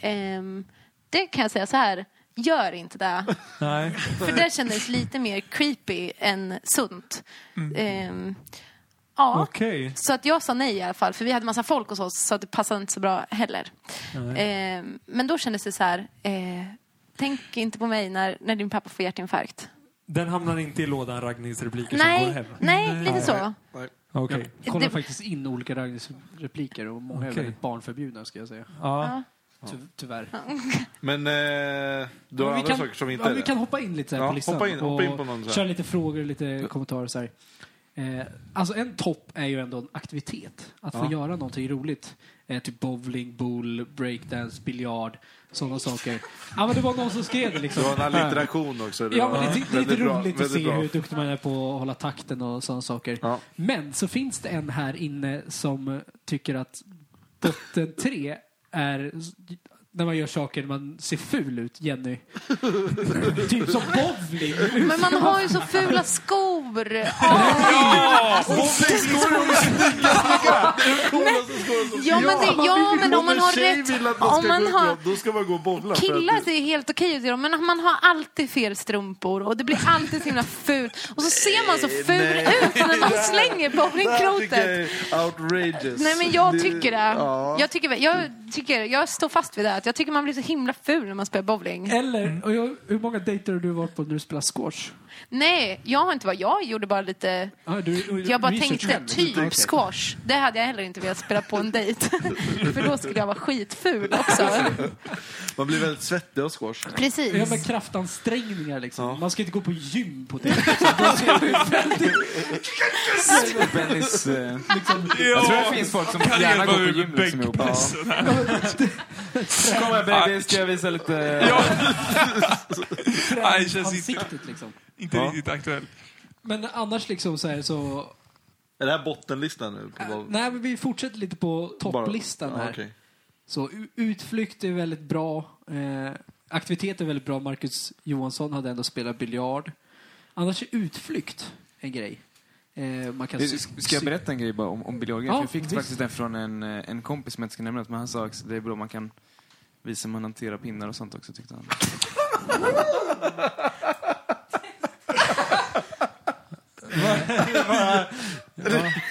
Speaker 2: Ehm, det kan jag säga så här, gör inte det.
Speaker 3: Nej.
Speaker 2: För det kändes lite mer creepy än sunt. Ehm, ja.
Speaker 3: Okej.
Speaker 2: Så att jag sa nej i alla fall, för vi hade massa folk hos oss så att det passade inte så bra heller.
Speaker 3: Nej.
Speaker 2: Ehm, men då kändes det så här, eh, tänk inte på mig när, när din pappa får hjärtinfarkt.
Speaker 3: Den hamnar inte i lådan raggningsrepliker som går
Speaker 2: Nej,
Speaker 3: hem.
Speaker 2: nej, lite så.
Speaker 1: Nej.
Speaker 3: Okej.
Speaker 5: Jag kollar
Speaker 2: Det-
Speaker 5: faktiskt in olika Ragnhilds repliker och många är
Speaker 3: Okej.
Speaker 5: väldigt barnförbjudna ska jag säga.
Speaker 3: Ja.
Speaker 5: Ty tyvärr.
Speaker 1: Men eh, du har
Speaker 5: Men vi
Speaker 1: andra
Speaker 5: kan-
Speaker 1: saker som inte
Speaker 5: ja,
Speaker 1: är
Speaker 5: Vi
Speaker 1: det.
Speaker 5: kan hoppa in lite så här
Speaker 1: Ja,
Speaker 5: på listan.
Speaker 1: hoppa in- hoppa in på någon så
Speaker 5: och
Speaker 1: här.
Speaker 5: köra lite frågor, lite kommentarer så här. Eh, alltså en topp är ju ändå en aktivitet. Att få
Speaker 1: Ja.
Speaker 5: göra någonting roligt. Eh, typ bowling, boule, breakdance, biljard, sådana saker. Ja men det var någon som skrev det liksom.
Speaker 1: Du har en allitteration också. Det
Speaker 5: Ja,
Speaker 1: var
Speaker 5: men det, det är
Speaker 1: väldigt
Speaker 5: lite
Speaker 1: bra,
Speaker 5: roligt att
Speaker 1: väldigt
Speaker 5: se
Speaker 1: bra.
Speaker 5: hur duktig man är på att hålla takten och sådana saker.
Speaker 1: Ja.
Speaker 5: Men så finns det en här inne som eh, tycker att botten tre är s- när man gör saker man ser ful ut, Jenny. typ som bowling.
Speaker 2: Men man har ju så fula skor. Ja, men, det, ja, men om man har
Speaker 1: tjej
Speaker 2: rätt...
Speaker 1: Vill att man
Speaker 2: Om
Speaker 1: ska
Speaker 2: man
Speaker 1: gå
Speaker 2: har,
Speaker 1: ut, då ska man gå och bolla. för
Speaker 2: Killar
Speaker 1: att det-
Speaker 2: ser helt okej ut i dem, men man har alltid fel strumpor och det blir alltid så himla fult. Och så ser man så
Speaker 1: Eh,
Speaker 2: ful
Speaker 1: nej.
Speaker 2: ut när man slänger
Speaker 1: Det här tycker jag
Speaker 2: bowlingklotet.
Speaker 1: är outrageous.
Speaker 2: Nej men jag tycker det.
Speaker 1: Ja.
Speaker 2: Jag, tycker, jag, tycker, jag står fast vid det. Att jag tycker man blir så himla ful när man spelar bowling.
Speaker 5: Eller, och jag, hur många dejter har du varit på när du spelar squash?
Speaker 2: Nej, jag har inte varit... Jag gjorde bara lite...
Speaker 5: Ah, du,
Speaker 2: Jag bara
Speaker 5: research
Speaker 2: tänkte
Speaker 5: själv. liksom.
Speaker 1: liksom.
Speaker 2: typ
Speaker 5: Okej.
Speaker 2: squash. Det hade jag heller inte velat spela på en dejt. För då skulle jag vara skitful också.
Speaker 1: Man blir väldigt svettig av squash.
Speaker 5: Ja,
Speaker 2: Precis.
Speaker 5: men kraftansträngningar liksom.
Speaker 1: Ja.
Speaker 5: Man ska inte gå på gym på det. Liksom. Det ska ju väldigt
Speaker 4: Bennys... Eh,
Speaker 5: liksom,
Speaker 4: jag tror det finns folk som
Speaker 6: Kan
Speaker 4: gärna
Speaker 6: leva
Speaker 4: går på
Speaker 6: över
Speaker 4: gym liksom ihop. Ja.
Speaker 6: bänkpressen här.
Speaker 4: Kom här baby, ska jag visa lite... eh,
Speaker 6: Nej, det känns inte,
Speaker 5: ansiktet liksom.
Speaker 6: inte
Speaker 1: Ja.
Speaker 6: riktigt aktuellt.
Speaker 5: Men annars liksom så här så...
Speaker 1: Är det här bottenlistan nu? På boll?
Speaker 5: Nej men vi fortsätter lite på
Speaker 1: Bara-
Speaker 5: topplistan
Speaker 1: Ja,
Speaker 5: här.
Speaker 1: okej.
Speaker 5: Så u- utflykt är väldigt bra. Eh, aktivitet är väldigt bra. Marcus Johansson hade ändå spelat biljard. Annars är utflykt en grej. Eh, man kan
Speaker 4: Du,
Speaker 5: cy-
Speaker 4: Ska jag berätta en grej bara om, om biljardgrejen?
Speaker 5: Ja,
Speaker 4: För jag fick
Speaker 5: visst.
Speaker 4: faktiskt den från en, eh, en kompis som jag inte ska nämna, men han sa också det är bra man kan visa hur man hanterar pinnar och sånt också tyckte han.
Speaker 3: Ja.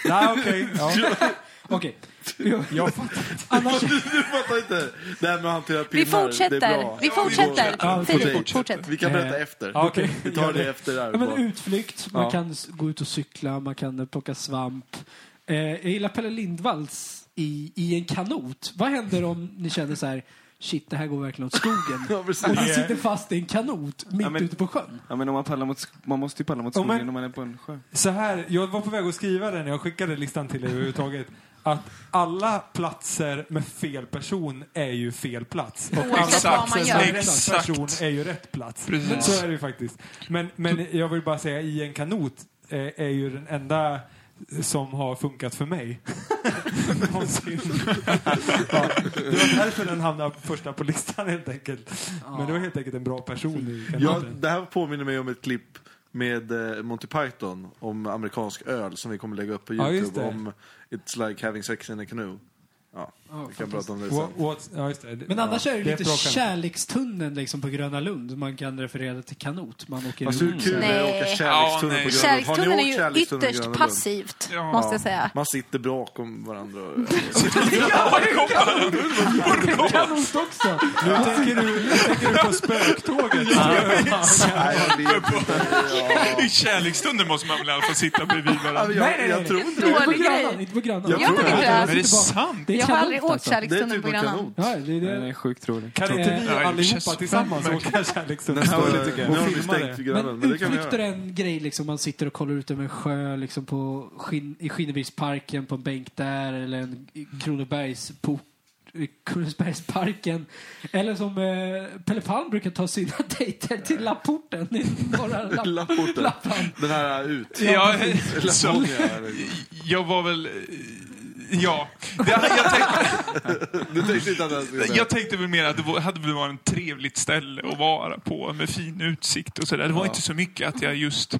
Speaker 3: Nej, okej. Ja.
Speaker 5: Okej.
Speaker 3: Jag fattar.
Speaker 5: Annars...
Speaker 1: Du fattar inte. Det här med att hantera pinnar,
Speaker 2: Vi
Speaker 1: det är
Speaker 2: fortsätter.
Speaker 1: bra.
Speaker 2: Vi fortsätter.
Speaker 1: På
Speaker 2: Filip,
Speaker 1: dejt.
Speaker 2: fortsätt.
Speaker 1: Vi kan berätta
Speaker 5: Eh,
Speaker 1: efter.
Speaker 3: ja, okej.
Speaker 1: Vi tar det
Speaker 3: Gör
Speaker 1: efter det här.
Speaker 5: Ja, men
Speaker 1: bara.
Speaker 5: utflykt, man
Speaker 1: Ja.
Speaker 5: kan s- gå ut och cykla, man kan eh, plocka svamp. Eh, jag gillar Pelle Lindvalls i, i en kanot. Vad händer om ni känner så här, shit det här går verkligen åt skogen.
Speaker 1: Ja, precis.
Speaker 5: Och ni sitter fast i en kanot mitt
Speaker 4: Ja, men-
Speaker 5: ute på sjön.
Speaker 4: Ja men om man paddlar mot, sk- man måste ju paddla mot
Speaker 3: Ja,
Speaker 4: skogen
Speaker 3: men-
Speaker 4: om man är på en sjö.
Speaker 3: Så här, jag var på väg att skriva den när jag skickade listan till er överhuvudtaget. Att alla platser med fel person är ju fel plats. Och alla
Speaker 2: Oavsett vad man
Speaker 3: platser
Speaker 2: gör.
Speaker 3: med rätt
Speaker 6: Exakt.
Speaker 3: person är ju rätt plats.
Speaker 6: Precis.
Speaker 3: Så är det ju faktiskt. Men, men jag vill bara säga, i en kanot eh, är ju den enda som har funkat för mig. Någonsin. ja, det var därför den hamnade på första på listan helt enkelt. Men det var helt enkelt en bra person i
Speaker 1: Ja,
Speaker 3: kanaten.
Speaker 1: det här påminner mig om ett klipp med eh, Monty Python om amerikansk öl som vi kommer lägga upp på
Speaker 3: Ja, just
Speaker 1: Youtube
Speaker 3: det.
Speaker 1: om It's like having sex in a canoe. Ja, vi kan prata om det sen.
Speaker 3: What, what, ja, just det.
Speaker 5: Men annars är det
Speaker 3: Det är
Speaker 5: lite
Speaker 3: ett bra skämt.
Speaker 5: kärlekstunneln liksom på Gröna Lund. Man kan referera till kanot. Man åker
Speaker 1: Fast hur
Speaker 5: runt.
Speaker 1: kul är det att åka
Speaker 2: Nej.
Speaker 1: kärlekstunnel på Gröna
Speaker 6: Ja, nej.
Speaker 1: Lund? Har ni
Speaker 2: Kärlekstunneln
Speaker 1: åkt
Speaker 2: är ju
Speaker 1: kärlekstunnel på Gröna
Speaker 2: ytterst
Speaker 1: Lund?
Speaker 2: passivt,
Speaker 6: Ja.
Speaker 2: måste jag säga.
Speaker 1: Man sitter bakom varandra.
Speaker 5: Kanot också!
Speaker 3: Nu tänker du, nu tänker du på spöktåget.
Speaker 1: Nej, jag vet inte.
Speaker 6: I kärleksstunden måste man väl i alla fall sitta bredvid
Speaker 1: Ja,
Speaker 6: varandra.
Speaker 1: men
Speaker 5: Nej, nej,
Speaker 1: alltså, Jag,
Speaker 5: nej.
Speaker 1: jag tror inte
Speaker 5: Inte på
Speaker 2: Dålig grej.
Speaker 5: Grönan, inte på Grönan.
Speaker 1: Jag
Speaker 2: Gör man inte det?
Speaker 6: Men det är sant.
Speaker 5: Det är
Speaker 2: Jag har
Speaker 5: kanot
Speaker 2: aldrig åkt
Speaker 5: alltså.
Speaker 1: det är
Speaker 2: kärleksstunneln
Speaker 1: typ
Speaker 2: på
Speaker 1: en
Speaker 2: Grönan.
Speaker 1: kanot.
Speaker 5: Ja, det,
Speaker 4: Den är
Speaker 5: det.
Speaker 4: sjukt rolig.
Speaker 3: Kan inte vi
Speaker 6: Ja, det
Speaker 3: allihopa
Speaker 6: känns
Speaker 3: tillsammans
Speaker 6: fem
Speaker 3: åka kärlekstunnel?
Speaker 1: Nästa år,
Speaker 4: det tycker jag.
Speaker 1: nu har vi
Speaker 3: Filma
Speaker 1: stängt
Speaker 3: det.
Speaker 1: Gröna Lund,
Speaker 5: Men
Speaker 1: men det kan vi
Speaker 5: utflykter
Speaker 1: göra.
Speaker 5: är en grej liksom. Man sitter och kollar ut över en sjö liksom på Skinn- i Skinnebergsparken på en bänk där eller en i Kronobergsport i Kullsbergsparken. Eller som eh, Pelle Palm brukar ta sina dejter till Lapporten i norra Lapp-
Speaker 1: Lapporten.
Speaker 5: Lappland.
Speaker 1: Den här är ut.
Speaker 6: Ja,
Speaker 1: Eller
Speaker 6: så,
Speaker 1: Sonja, eller-
Speaker 6: jag var väl... eh, Ja. Det, jag, tänkte,
Speaker 1: Du tänkte inte att den skulle säga.
Speaker 6: jag tänkte väl mer att det var- hade väl varit ett trevligt ställe att vara på med fin utsikt och sådär. Det var inte så mycket att jag just... Nu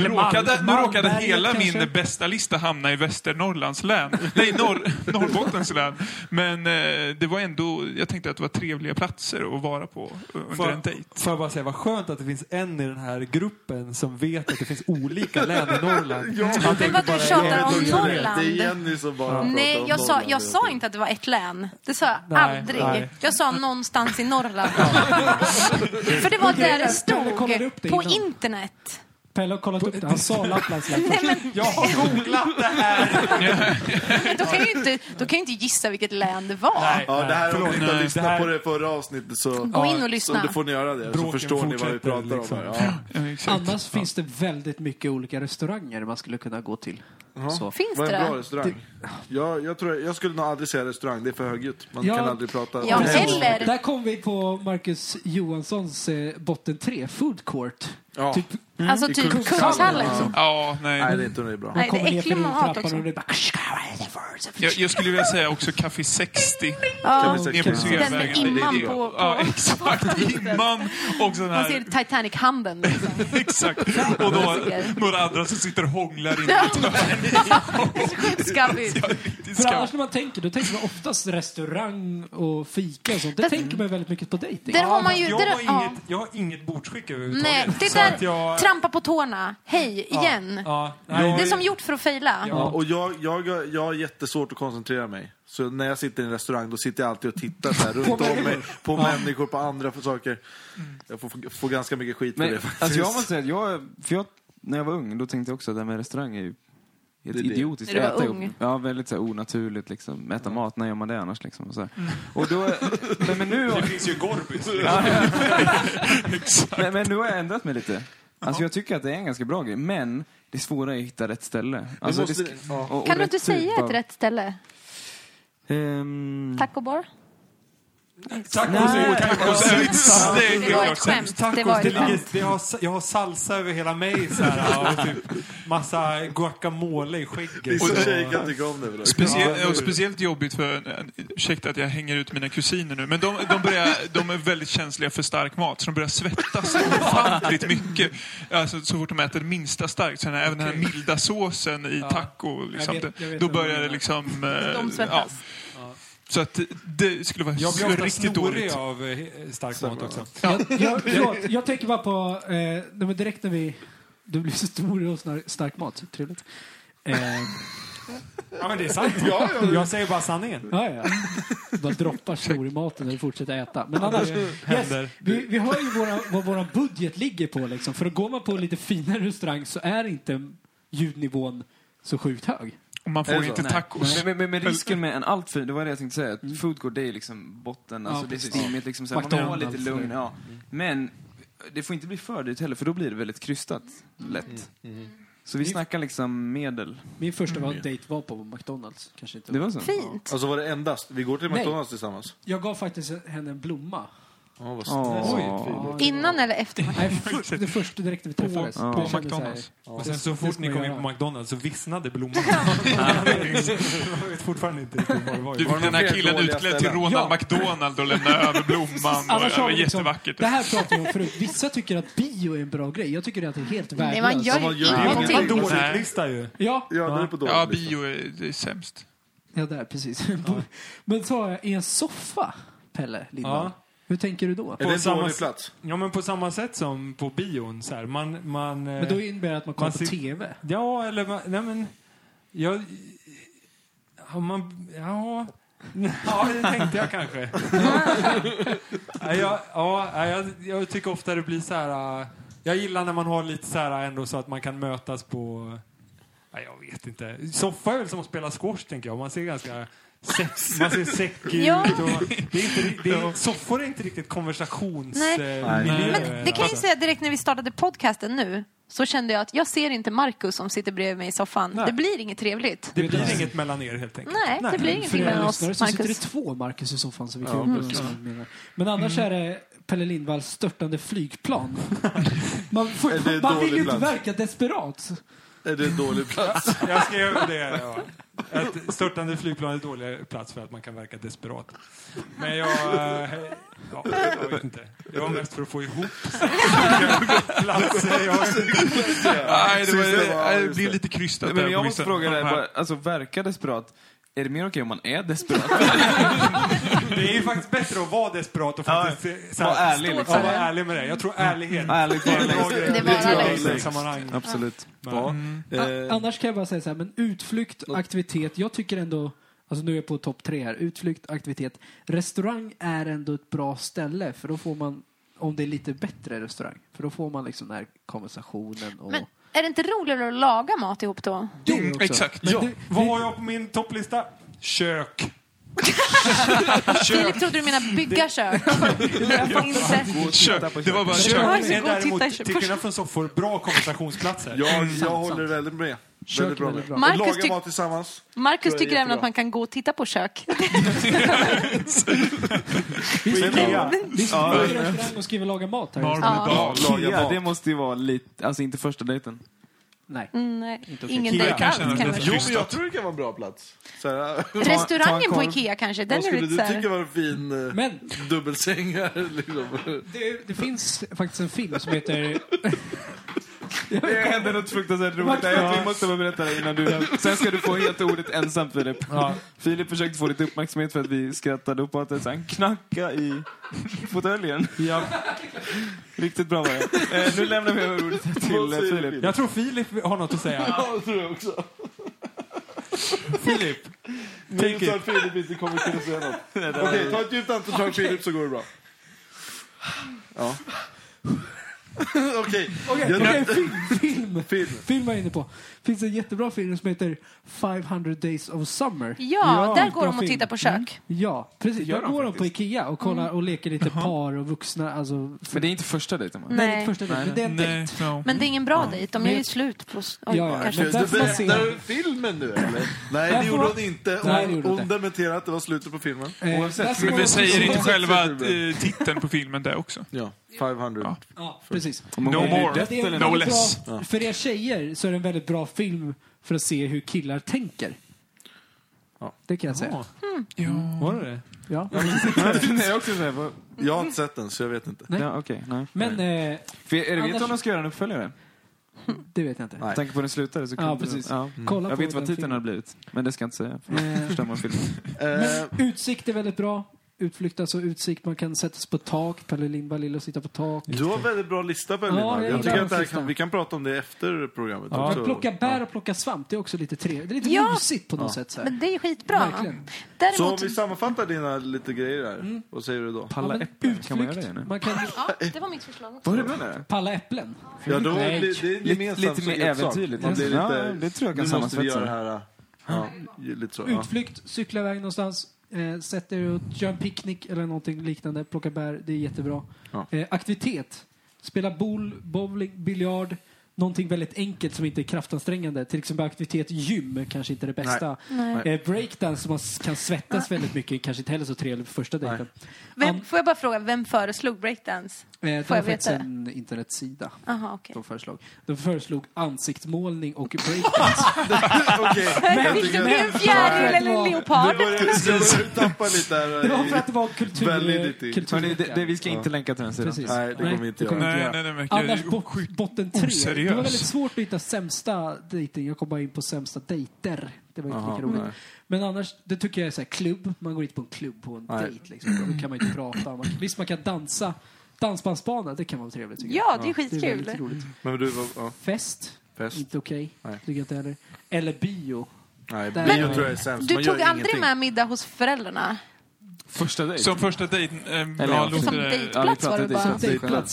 Speaker 5: Eller Mal-
Speaker 6: råkade, nu råkade
Speaker 5: Malmberget
Speaker 6: hela
Speaker 5: kanske?
Speaker 6: min bästa lista hamna i Västernorrlands län. Nej, norr, Norrbottens län. Men eh, det var ändå... Jag tänkte att det var trevliga platser att vara på under en dejt.
Speaker 3: Får, får jag bara säga, vad skönt att det finns en i den här gruppen som vet att det finns olika län i Norrland. Att det
Speaker 2: Men vad
Speaker 3: bara
Speaker 2: du
Speaker 3: är
Speaker 2: tjatar
Speaker 3: en-
Speaker 2: om
Speaker 1: Det är
Speaker 2: Norrland.
Speaker 1: Jenny som bara pratar
Speaker 2: Nej,
Speaker 1: om
Speaker 2: jag sa,
Speaker 1: Norrland.
Speaker 2: jag sa inte att det var ett län. Det sa jag
Speaker 3: Nej,
Speaker 2: aldrig.
Speaker 3: nej.
Speaker 2: Jag sa någonstans i Norrland. För det var där det
Speaker 5: Pelle kollade upp det
Speaker 2: stod. På
Speaker 5: innan.
Speaker 2: internet.
Speaker 5: Pelle har kollat upp det. Han sa Lapplands län.
Speaker 2: Nej, men,
Speaker 3: Jag har googlat det här!
Speaker 2: men då, kan jag ju inte, då kan jag ju inte gissa vilket län det var.
Speaker 1: Ja, det här, om
Speaker 3: Förlåt,
Speaker 1: ni inte har
Speaker 6: nej,
Speaker 1: lyssnat
Speaker 3: det här-
Speaker 1: på det förra avsnittet så...
Speaker 2: Gå in och lyssna.
Speaker 1: Så då får ni göra det, så
Speaker 3: Bråken
Speaker 1: förstår ni vad vi
Speaker 3: fortsätter,
Speaker 1: pratar
Speaker 3: liksom.
Speaker 1: om. Här. Ja.
Speaker 6: Ja, exakt.
Speaker 5: Annars finns det väldigt mycket olika restauranger man skulle kunna gå till. Så.
Speaker 2: Finns
Speaker 1: Vad
Speaker 2: det
Speaker 1: är en bra
Speaker 2: det?
Speaker 1: restaurang? Jag, jag, tror, jag skulle nog aldrig säga restaurang, det är för högljutt. Man
Speaker 5: Ja.
Speaker 1: kan aldrig prata...
Speaker 2: Ja,
Speaker 1: Nej.
Speaker 2: eller-
Speaker 5: Där kom vi på Marcus Johanssons eh, botten tre, food court.
Speaker 1: Ja.
Speaker 5: Typ,
Speaker 2: Alltså
Speaker 1: I
Speaker 2: typ
Speaker 1: Kungshallen.
Speaker 2: Kungshallen.
Speaker 6: Ja,
Speaker 1: Nej, det är inte det är bra.
Speaker 2: Nej, det är
Speaker 5: kommer ner för
Speaker 2: äckligt man hatar
Speaker 5: trappan
Speaker 2: också.
Speaker 5: och det är bara...
Speaker 6: Jag, jag skulle vilja säga också Café 60.
Speaker 2: Ja.
Speaker 1: vi
Speaker 6: Ner
Speaker 1: säkert-
Speaker 6: på
Speaker 1: Den med
Speaker 6: Sveavägen.
Speaker 2: imman
Speaker 6: Det är-
Speaker 2: på-
Speaker 6: Ja, exakt. Imman och sån
Speaker 2: Man ser
Speaker 6: här...
Speaker 2: Titanic-handen. Liksom.
Speaker 6: Exakt. Och då några andra som sitter och hånglar in i ett
Speaker 2: Det är så sjukt skabbigt.
Speaker 6: riktigt
Speaker 5: För
Speaker 6: skam.
Speaker 5: annars när man tänker, då tänker man oftast restaurang och fika och sånt. Det
Speaker 2: Fast-
Speaker 5: tänker man väldigt mycket på dejting.
Speaker 2: Där har man ju...
Speaker 3: jag,
Speaker 2: Där,
Speaker 3: har
Speaker 2: ja.
Speaker 3: inget, jag har inget bordsskick överhuvudtaget.
Speaker 2: Nej, det
Speaker 3: Så att
Speaker 2: där...
Speaker 3: jag-
Speaker 2: Trampa på tårna. Hej, igen.
Speaker 3: Ja,
Speaker 2: Det är
Speaker 3: nej,
Speaker 2: som gjort för att fejla.
Speaker 1: Ja, och jag, jag, jag har jättesvårt att koncentrera mig. Så när jag sitter i en restaurang då sitter jag alltid och tittar så här, runt om mig på människor, på andra för saker. Jag får, får ganska mycket skit för
Speaker 4: Men,
Speaker 1: det faktiskt.
Speaker 4: alltså jag måste säga att jag, för jag, när jag var ung, då tänkte jag också att det här med restaurang är ju helt
Speaker 1: Det är det.
Speaker 4: idiotiskt.
Speaker 2: När du var
Speaker 4: Äta
Speaker 2: ung.
Speaker 4: ihop- Ja, väldigt så här onaturligt liksom.
Speaker 1: Mm.
Speaker 4: Äta mat, när gör man det annars liksom? Och, så här.
Speaker 2: Mm.
Speaker 4: och då, men, men nu,
Speaker 6: Det finns ju Gorbis.
Speaker 4: men, men nu har jag ändrat mig lite. Alltså jag tycker att det är en ganska bra grej, men det svåra är att hitta rätt ställe. Alltså,
Speaker 1: måste-
Speaker 4: det sk- och- och
Speaker 2: Kan du
Speaker 4: rätt
Speaker 2: inte säga
Speaker 4: typ av-
Speaker 2: ett rätt ställe?
Speaker 4: Ehm,
Speaker 2: Taco bar?
Speaker 3: tacos är ju-
Speaker 6: Tacos utan
Speaker 2: Det var ett
Speaker 6: steak.
Speaker 2: skämt. Det
Speaker 3: Tacos,
Speaker 2: var
Speaker 3: det
Speaker 2: ett
Speaker 3: ligger,
Speaker 2: skämt.
Speaker 3: det har, jag har salsa över hela mig så här, och typ massa guacamole i skägget.
Speaker 1: Vissa
Speaker 3: Och-
Speaker 1: tjejer kan tycka om det. väl?
Speaker 6: Specie- och speciellt jobbigt för, ursäkta att jag hänger ut mina kusiner nu, men de, de, börjar, de är väldigt känsliga för stark mat, så de börjar svettas ofantligt mycket. Alltså, så fort de äter minsta starkt, så den här, även den här milda såsen i taco, liksom,
Speaker 5: Jag vet- jag vet
Speaker 6: då
Speaker 5: vad du
Speaker 6: börjar det
Speaker 5: menar.
Speaker 6: liksom... eh,
Speaker 2: De
Speaker 6: ja.
Speaker 2: svettas.
Speaker 6: Så att det skulle vara
Speaker 3: Jag blir ofta
Speaker 6: riktigt
Speaker 3: snorig
Speaker 6: dåligt.
Speaker 3: av eh, stark mat också.
Speaker 5: Jag, förlåt, jag tänker bara på, eh, nej, men direkt när vi... Du blir så stor och snar- stark mat. Trevligt. Eh,
Speaker 3: Ja, men det är sant. Jag säger bara sanningen.
Speaker 5: ja, ja. Du bara droppar stor i maten när du fortsätter äta. Men annars,
Speaker 3: händer.
Speaker 5: vi, vi hör ju våra, vad vår budget ligger på. Liksom. För går man på lite finare restaurang så är inte ljudnivån så sjukt hög.
Speaker 6: Och man
Speaker 4: Är
Speaker 6: får
Speaker 4: det
Speaker 6: inte
Speaker 4: så? Nej.
Speaker 6: tacos.
Speaker 4: Men, men, men, men risken med en alltför, det var det jag tänkte säga, att food court det är liksom botten, alltså
Speaker 5: Mm. Ja,
Speaker 4: det är
Speaker 5: precis.
Speaker 4: stimmigt, liksom, så här, man vill ha lite
Speaker 5: McDonald's,
Speaker 4: lugn.
Speaker 5: eller- Mm.
Speaker 4: Ja. Men det får inte bli för dyrt heller, för då blir det väldigt krystat
Speaker 5: Mm.
Speaker 4: lätt. Så vi snackar liksom medel.
Speaker 5: Min första var dejt var på McDonalds. Kanske inte
Speaker 4: Mm. Det var så?
Speaker 2: Fint.
Speaker 1: Alltså var det endast? Vi går till
Speaker 5: Nej.
Speaker 1: McDonalds tillsammans.
Speaker 5: Jag gav faktiskt henne en blomma.
Speaker 1: Ja, vad
Speaker 4: Åh.
Speaker 2: Innan eller efter?
Speaker 5: Nej, för, det första direkt när vi träffades.
Speaker 6: På,
Speaker 5: Jag
Speaker 6: på
Speaker 5: kände så här,
Speaker 6: McDonalds.
Speaker 3: Och sen så
Speaker 5: Det
Speaker 3: fort
Speaker 5: ska
Speaker 3: ni
Speaker 5: man
Speaker 3: kom
Speaker 5: göra.
Speaker 3: in på McDonalds så vissnade blommorna. jag vet fortfarande inte riktigt vad det var.
Speaker 6: Du fick den
Speaker 1: fler
Speaker 6: här killen
Speaker 1: dåliga
Speaker 6: utklädd till
Speaker 1: ställen?
Speaker 6: Ronald McDonald och lämnade över blomman. Och,
Speaker 5: Annars
Speaker 6: det
Speaker 5: har
Speaker 6: var
Speaker 5: vi liksom-
Speaker 6: jättevackert.
Speaker 5: Det här pratade vi om förut. Vissa tycker att bio är en bra grej. Jag tycker att det är helt
Speaker 2: Nej,
Speaker 5: värdelöst.
Speaker 2: man gör
Speaker 1: man
Speaker 2: ju
Speaker 1: gör ju
Speaker 3: Det var en
Speaker 2: ingenting.
Speaker 6: dåligt.
Speaker 3: dålig lista ju.
Speaker 5: Ja,
Speaker 1: Ja, den är på dålig
Speaker 6: Ja,
Speaker 1: lista.
Speaker 6: bio är, det är sämst.
Speaker 5: ja, där precis. Men sa jag, i en soffa, Pelle Lindvall?
Speaker 3: Ja.
Speaker 5: Hur tänker du då?
Speaker 1: Är
Speaker 3: På
Speaker 1: det en
Speaker 3: samma
Speaker 1: dålig
Speaker 3: s-
Speaker 1: plats?
Speaker 3: ja, men på samma sätt som på bion. Så här. Man, man,
Speaker 5: Men då innebär det att man kollar
Speaker 3: Man
Speaker 5: på
Speaker 3: ser-
Speaker 5: TV.
Speaker 3: Ja, eller man, nej men... Jag... Har man... Ja... Ja, det tänkte jag kanske. ja, jag, ja, nej, jag, jag tycker ofta det blir så här... äh, Jag gillar när man har lite så här ändå så att man kan mötas på... Nej, jag vet inte. Soffa är väl som att spela squash, tänker jag. Man ser ganska... Sex, man ser säckig
Speaker 2: Ja.
Speaker 3: ut. Och det är inte, ri- det är, soffor är inte riktigt konversationsmiljö. Alltså,
Speaker 2: Nej. Men det kan jag ju säga direkt när vi startade podcasten nu. så kände jag att jag ser inte Marcus som sitter bredvid mig i soffan.
Speaker 3: Nej.
Speaker 2: Det blir inget trevligt.
Speaker 3: Det blir inget mellan er helt enkelt.
Speaker 2: Nej, det blir ingenting
Speaker 5: För
Speaker 2: mellan
Speaker 5: er
Speaker 2: oss,
Speaker 5: lyssnare så sitter det
Speaker 2: Marcus.
Speaker 5: två Marcus i soffan. Så vi kan ju prata om vad vi menar. Men annars är det Pelle Lindvalls störtande flygplan. Man,
Speaker 1: Är
Speaker 5: får,
Speaker 1: det
Speaker 5: man vill
Speaker 1: dålig
Speaker 5: ju inte
Speaker 1: bland?
Speaker 5: verka desperat.
Speaker 1: Är det en dålig plats?
Speaker 3: Jag skrev det. Ja. Ett störtande flygplan är dålig plats för att man kan verka desperat. Men jag... eh, Ja, jag vet inte. Det var mest för att få ihop platser. Jag,
Speaker 6: Nej, det,
Speaker 1: Sista
Speaker 6: var,
Speaker 1: var-
Speaker 6: nej, det
Speaker 1: just
Speaker 6: blev
Speaker 1: det.
Speaker 6: lite krystat
Speaker 4: Men
Speaker 6: där
Speaker 4: jag
Speaker 6: på
Speaker 4: måste
Speaker 6: vissa-
Speaker 4: fråga dig,
Speaker 6: de här.
Speaker 4: bara, alltså verka desperat. Är det mer okej om man är desperat?
Speaker 3: det är ju faktiskt bättre att vara desperat och faktiskt... eh, Så här,
Speaker 4: Vara ärlig,
Speaker 3: stå
Speaker 4: liksom.
Speaker 3: för det. Ja, vara ärlig med det. Jag tror ärlighet
Speaker 4: Ärligt
Speaker 3: är en bra
Speaker 4: talat.
Speaker 3: grej.
Speaker 2: Det var
Speaker 3: tror jag
Speaker 2: ärligt.
Speaker 3: i sammanhang.
Speaker 4: liksom. Absolut.
Speaker 1: Ja.
Speaker 6: Mm.
Speaker 5: A-
Speaker 1: Eh,
Speaker 5: annars kan jag bara säga så här, men utflykt, aktivitet. Jag tycker ändå, alltså nu är jag på topp tre här. Utflykt, aktivitet. Restaurang är ändå ett bra ställe för då får man, om det är lite bättre restaurang, för då får man liksom den här konversationen och...
Speaker 2: Men är det inte roligare att laga mat ihop då?
Speaker 5: Det också.
Speaker 6: Exakt.
Speaker 5: Men
Speaker 6: Ja.
Speaker 5: du-
Speaker 3: Vad har jag på min topplista? Kök.
Speaker 2: Filip trodde du menade bygga kök. Inte.
Speaker 6: Kök. Det var bara
Speaker 2: Kök.
Speaker 6: kök.
Speaker 2: Ja,
Speaker 3: är
Speaker 2: så gå och
Speaker 3: däremot,
Speaker 2: titta i köket.
Speaker 3: till skillnad från soffor, bra konversationsplatser.
Speaker 1: jag, jag
Speaker 5: sant.
Speaker 1: håller väldigt med.
Speaker 5: Kök
Speaker 1: väldigt
Speaker 5: är
Speaker 1: bra med.
Speaker 5: väldigt bra.
Speaker 1: Och
Speaker 2: Marcus
Speaker 1: Laga
Speaker 2: tyck-
Speaker 1: mat tillsammans.
Speaker 2: Marcus
Speaker 1: Tror jag är
Speaker 2: tycker även
Speaker 1: jättebra.
Speaker 2: att man kan gå och titta på kök.
Speaker 3: Ikea.
Speaker 5: Vi ska gå i restaurang och skriva laga mat här.
Speaker 6: Marble
Speaker 2: Ja.
Speaker 6: Dal.
Speaker 1: Laga
Speaker 4: Kia,
Speaker 1: mat.
Speaker 4: det måste ju vara lite, alltså inte första dejten.
Speaker 5: Nej.
Speaker 2: Mm, nej, ingen
Speaker 3: Ikea
Speaker 2: dejt
Speaker 3: kan
Speaker 2: alls
Speaker 6: kännas
Speaker 2: kanske.
Speaker 6: lite
Speaker 1: Jo, men jag tror det kan vara en bra plats. Så här,
Speaker 4: ta en
Speaker 2: Restaurangen på
Speaker 4: korv.
Speaker 2: Ikea kanske, den
Speaker 1: vad
Speaker 2: är
Speaker 1: skulle du
Speaker 2: lite
Speaker 1: tycka
Speaker 2: såhär...
Speaker 1: var en fin eh,
Speaker 5: Men
Speaker 1: dubbelsäng här? Liksom.
Speaker 5: det, det finns faktiskt en film som heter...
Speaker 4: Det hände något fruktansvärt roligt där. Jag- Vi måste bara berätta det innan du... Sen ska du få helt ordet ensam, Filip.
Speaker 3: Ja.
Speaker 4: Filip försökte få lite uppmärksamhet för att vi skrattade upp åt det, så han knackade i fåtöljen.
Speaker 3: Ja.
Speaker 4: Riktigt bra var det. Eh, nu lämnar vi över ordet till eh, Filip.
Speaker 3: Jag tror Filip har något att säga.
Speaker 1: Ja, det tror jag också.
Speaker 3: Filip,
Speaker 1: Minst att Filip inte kommer kunna säga något. Okej, ta ett djupt andetag Filip så går det bra. Ja. Okej.
Speaker 5: Okej,
Speaker 1: Jag-
Speaker 5: okej, film, film!
Speaker 1: Film.
Speaker 5: Film är jag inne på. finns en jättebra film som heter 500 Days of Summer.
Speaker 2: Ja,
Speaker 3: Ja,
Speaker 2: där går
Speaker 3: bra
Speaker 2: de och
Speaker 3: film.
Speaker 2: tittar på
Speaker 5: Mm.
Speaker 2: Mm. kök.
Speaker 5: Ja, precis.
Speaker 4: gör
Speaker 5: Då
Speaker 4: de
Speaker 5: går de på
Speaker 4: faktiskt.
Speaker 5: Ikea och kollar och leker lite par och vuxna. Alltså,
Speaker 4: Men det är inte första dejten, va?
Speaker 2: Nej.
Speaker 5: Nej, det är inte första dejten,
Speaker 4: Nej,
Speaker 5: men det är en
Speaker 6: Nej,
Speaker 5: dejt.
Speaker 6: ja.
Speaker 2: Men det är ingen bra dejt, de
Speaker 5: Men-
Speaker 2: gör ju slut på... s- Oj,
Speaker 5: Ja, ja,
Speaker 2: kanske.
Speaker 1: Du
Speaker 5: men där får man se.
Speaker 1: berättar filmen nu eller? Nej,
Speaker 5: Där
Speaker 1: det
Speaker 5: får
Speaker 1: gjorde
Speaker 5: man-
Speaker 1: hon inte.
Speaker 5: Nej, det
Speaker 1: Hon,
Speaker 5: gjorde hon
Speaker 1: hon
Speaker 5: inte.
Speaker 1: dementerade att det var slutet på filmen.
Speaker 5: Eh,
Speaker 4: Oavsett,
Speaker 5: där ska man-
Speaker 6: Vi säger inte själva att, eh, titeln på filmen där också.
Speaker 1: Ja, 500.
Speaker 6: Ja.
Speaker 5: Ja, precis.
Speaker 4: Om hon
Speaker 6: No
Speaker 4: blir
Speaker 6: more.
Speaker 4: dött
Speaker 5: Det är en
Speaker 4: eller
Speaker 6: No
Speaker 5: väldigt
Speaker 6: less.
Speaker 5: bra, för er tjejer så är det en väldigt bra film för att se hur killar tänker.
Speaker 1: Ja.
Speaker 5: Det kan jag säga.
Speaker 2: Mm.
Speaker 6: Ja.
Speaker 3: var det det?
Speaker 5: Ja.
Speaker 4: något. Nej, jag också säga, vad-
Speaker 1: Jag har inte sett den så jag vet inte.
Speaker 5: Nej.
Speaker 4: Ja, okej. nej.
Speaker 5: Men eh,
Speaker 4: För Är det vet du om de ska göra en uppföljare?
Speaker 5: det vet jag inte.
Speaker 1: Nej.
Speaker 4: Med tanke på den slutade så
Speaker 5: Ja,
Speaker 4: kan inte-
Speaker 5: precis.
Speaker 4: Ja.
Speaker 5: Kolla
Speaker 4: Jag
Speaker 5: på
Speaker 4: vet vad
Speaker 5: den
Speaker 4: titeln
Speaker 5: filmen.
Speaker 4: hade blivit, men det ska jag inte säga. för då
Speaker 5: Eh.
Speaker 4: Förstör man filmen.
Speaker 1: Eh,
Speaker 5: Utsikt är väldigt bra. Utflykt, alltså utsikt. Man kan sätta sig på tak. Pelle Lindvall gillar att sitta på tak.
Speaker 1: du har väldigt bra lista Pelle.
Speaker 5: Ja,
Speaker 1: Lindvall.
Speaker 5: jag
Speaker 1: jag
Speaker 5: gillar
Speaker 1: tycker att
Speaker 5: den
Speaker 1: det här
Speaker 5: listan.
Speaker 1: kan, vi kan prata om det efter programmet.
Speaker 3: Ja.
Speaker 1: också.
Speaker 5: Att plocka bär och plocka svamp, det är också lite trevligt. Det är lite
Speaker 2: Ja.
Speaker 5: mysigt på något sätt. Så här.
Speaker 2: Men det är ju skitbra.
Speaker 5: Verkligen.
Speaker 1: Så om
Speaker 2: Däremot...
Speaker 1: vi sammanfattar dina lite grejer här, vad säger du då?
Speaker 4: Palla
Speaker 5: Ja, men
Speaker 4: äpplen, kan man göra det?
Speaker 5: utflykt.
Speaker 4: nu?
Speaker 5: Man kan
Speaker 2: Ja, det var mitt förslag också.
Speaker 4: Vad är det med det?
Speaker 5: palla äpplen.
Speaker 1: Ja, då
Speaker 5: Nej.
Speaker 1: blir det är en
Speaker 4: Lite,
Speaker 1: gemensam
Speaker 4: lite mer
Speaker 1: sak.
Speaker 4: äventyrligt.
Speaker 1: Man blir lite,
Speaker 4: ja, det tror jag kan
Speaker 1: nu måste vi göra det
Speaker 4: sammanfattas.
Speaker 1: här. Ja, lite så. Ja.
Speaker 5: Utflykt, cykla iväg någonstans, eh, sätt er och gör en picknick eller någonting liknande, plocka bär, det är jättebra.
Speaker 1: Ja.
Speaker 5: Eh, aktivitet, spela boll, bowling, biljard, någonting väldigt enkelt som inte är kraftansträngande. Till exempel aktivitet gym kanske inte är det bästa.
Speaker 2: Nej.
Speaker 5: Eh, breakdance som man s- kan svettas väldigt mycket, kanske inte heller så trevligt på första dejten.
Speaker 2: Vem, får jag bara fråga, vem föreslog breakdance?
Speaker 5: Eh, det
Speaker 2: Får
Speaker 5: var
Speaker 2: jag
Speaker 5: faktiskt
Speaker 2: veta?
Speaker 5: en internetsida
Speaker 2: Aha, okej.
Speaker 5: de föreslog. De föreslog ansiktsmålning och breakdance.
Speaker 1: Okej,
Speaker 2: Vilket
Speaker 1: tycker-
Speaker 2: blir en fjäril eller en
Speaker 5: Det var-
Speaker 1: nu
Speaker 2: leopard?
Speaker 1: börjar nu börjar du tappa lite
Speaker 5: det var
Speaker 1: här.
Speaker 5: för att det var kultur...
Speaker 1: Validity.
Speaker 5: kultur
Speaker 4: Hörrni, det, det, vi ska inte länka till den sidan.
Speaker 5: Precis.
Speaker 1: Nej, det kommer vi inte göra.
Speaker 5: vi
Speaker 6: Nej,
Speaker 5: göra.
Speaker 6: nej, den
Speaker 5: Annars
Speaker 6: verkar
Speaker 5: bot,
Speaker 6: sjukt.
Speaker 5: botten tre.
Speaker 6: oseriös.
Speaker 5: Det var väldigt svårt att hitta sämsta dejting. Jag kom bara in på sämsta dejter. Det var inte
Speaker 1: Jaha,
Speaker 5: lika roligt.
Speaker 1: nej.
Speaker 5: Men annars, det tycker jag är så här, klubb. Man går inte på en klubb på en
Speaker 1: Nej.
Speaker 5: dejt. Liksom. Då kan man inte prata. Man, visst, man kan dansa. Dansbandsbana, det kan vara trevligt. tycker jag.
Speaker 2: Ja, det är
Speaker 5: Det är väldigt
Speaker 2: skitkul.
Speaker 5: roligt.
Speaker 1: Men du, vad- ja,
Speaker 5: Fest,
Speaker 1: fest.
Speaker 5: inte okej.
Speaker 1: Nej.
Speaker 5: Tycker jag inte heller. Eller bio.
Speaker 1: Nej,
Speaker 5: Där-
Speaker 1: bio
Speaker 2: Men-
Speaker 1: tror jag är sämst.
Speaker 2: Du
Speaker 1: Man gör
Speaker 2: tog aldrig
Speaker 1: ingenting.
Speaker 2: med middag hos föräldrarna?
Speaker 4: Första dejt?
Speaker 6: Som första dejten. Eh,
Speaker 4: Eller
Speaker 6: ja,
Speaker 4: ja,
Speaker 6: låter
Speaker 2: Som
Speaker 6: det-
Speaker 2: dejt.
Speaker 4: Ja, vi
Speaker 2: plats var
Speaker 4: pratade
Speaker 2: det
Speaker 4: dejt.
Speaker 2: bara.
Speaker 4: Dejtplats.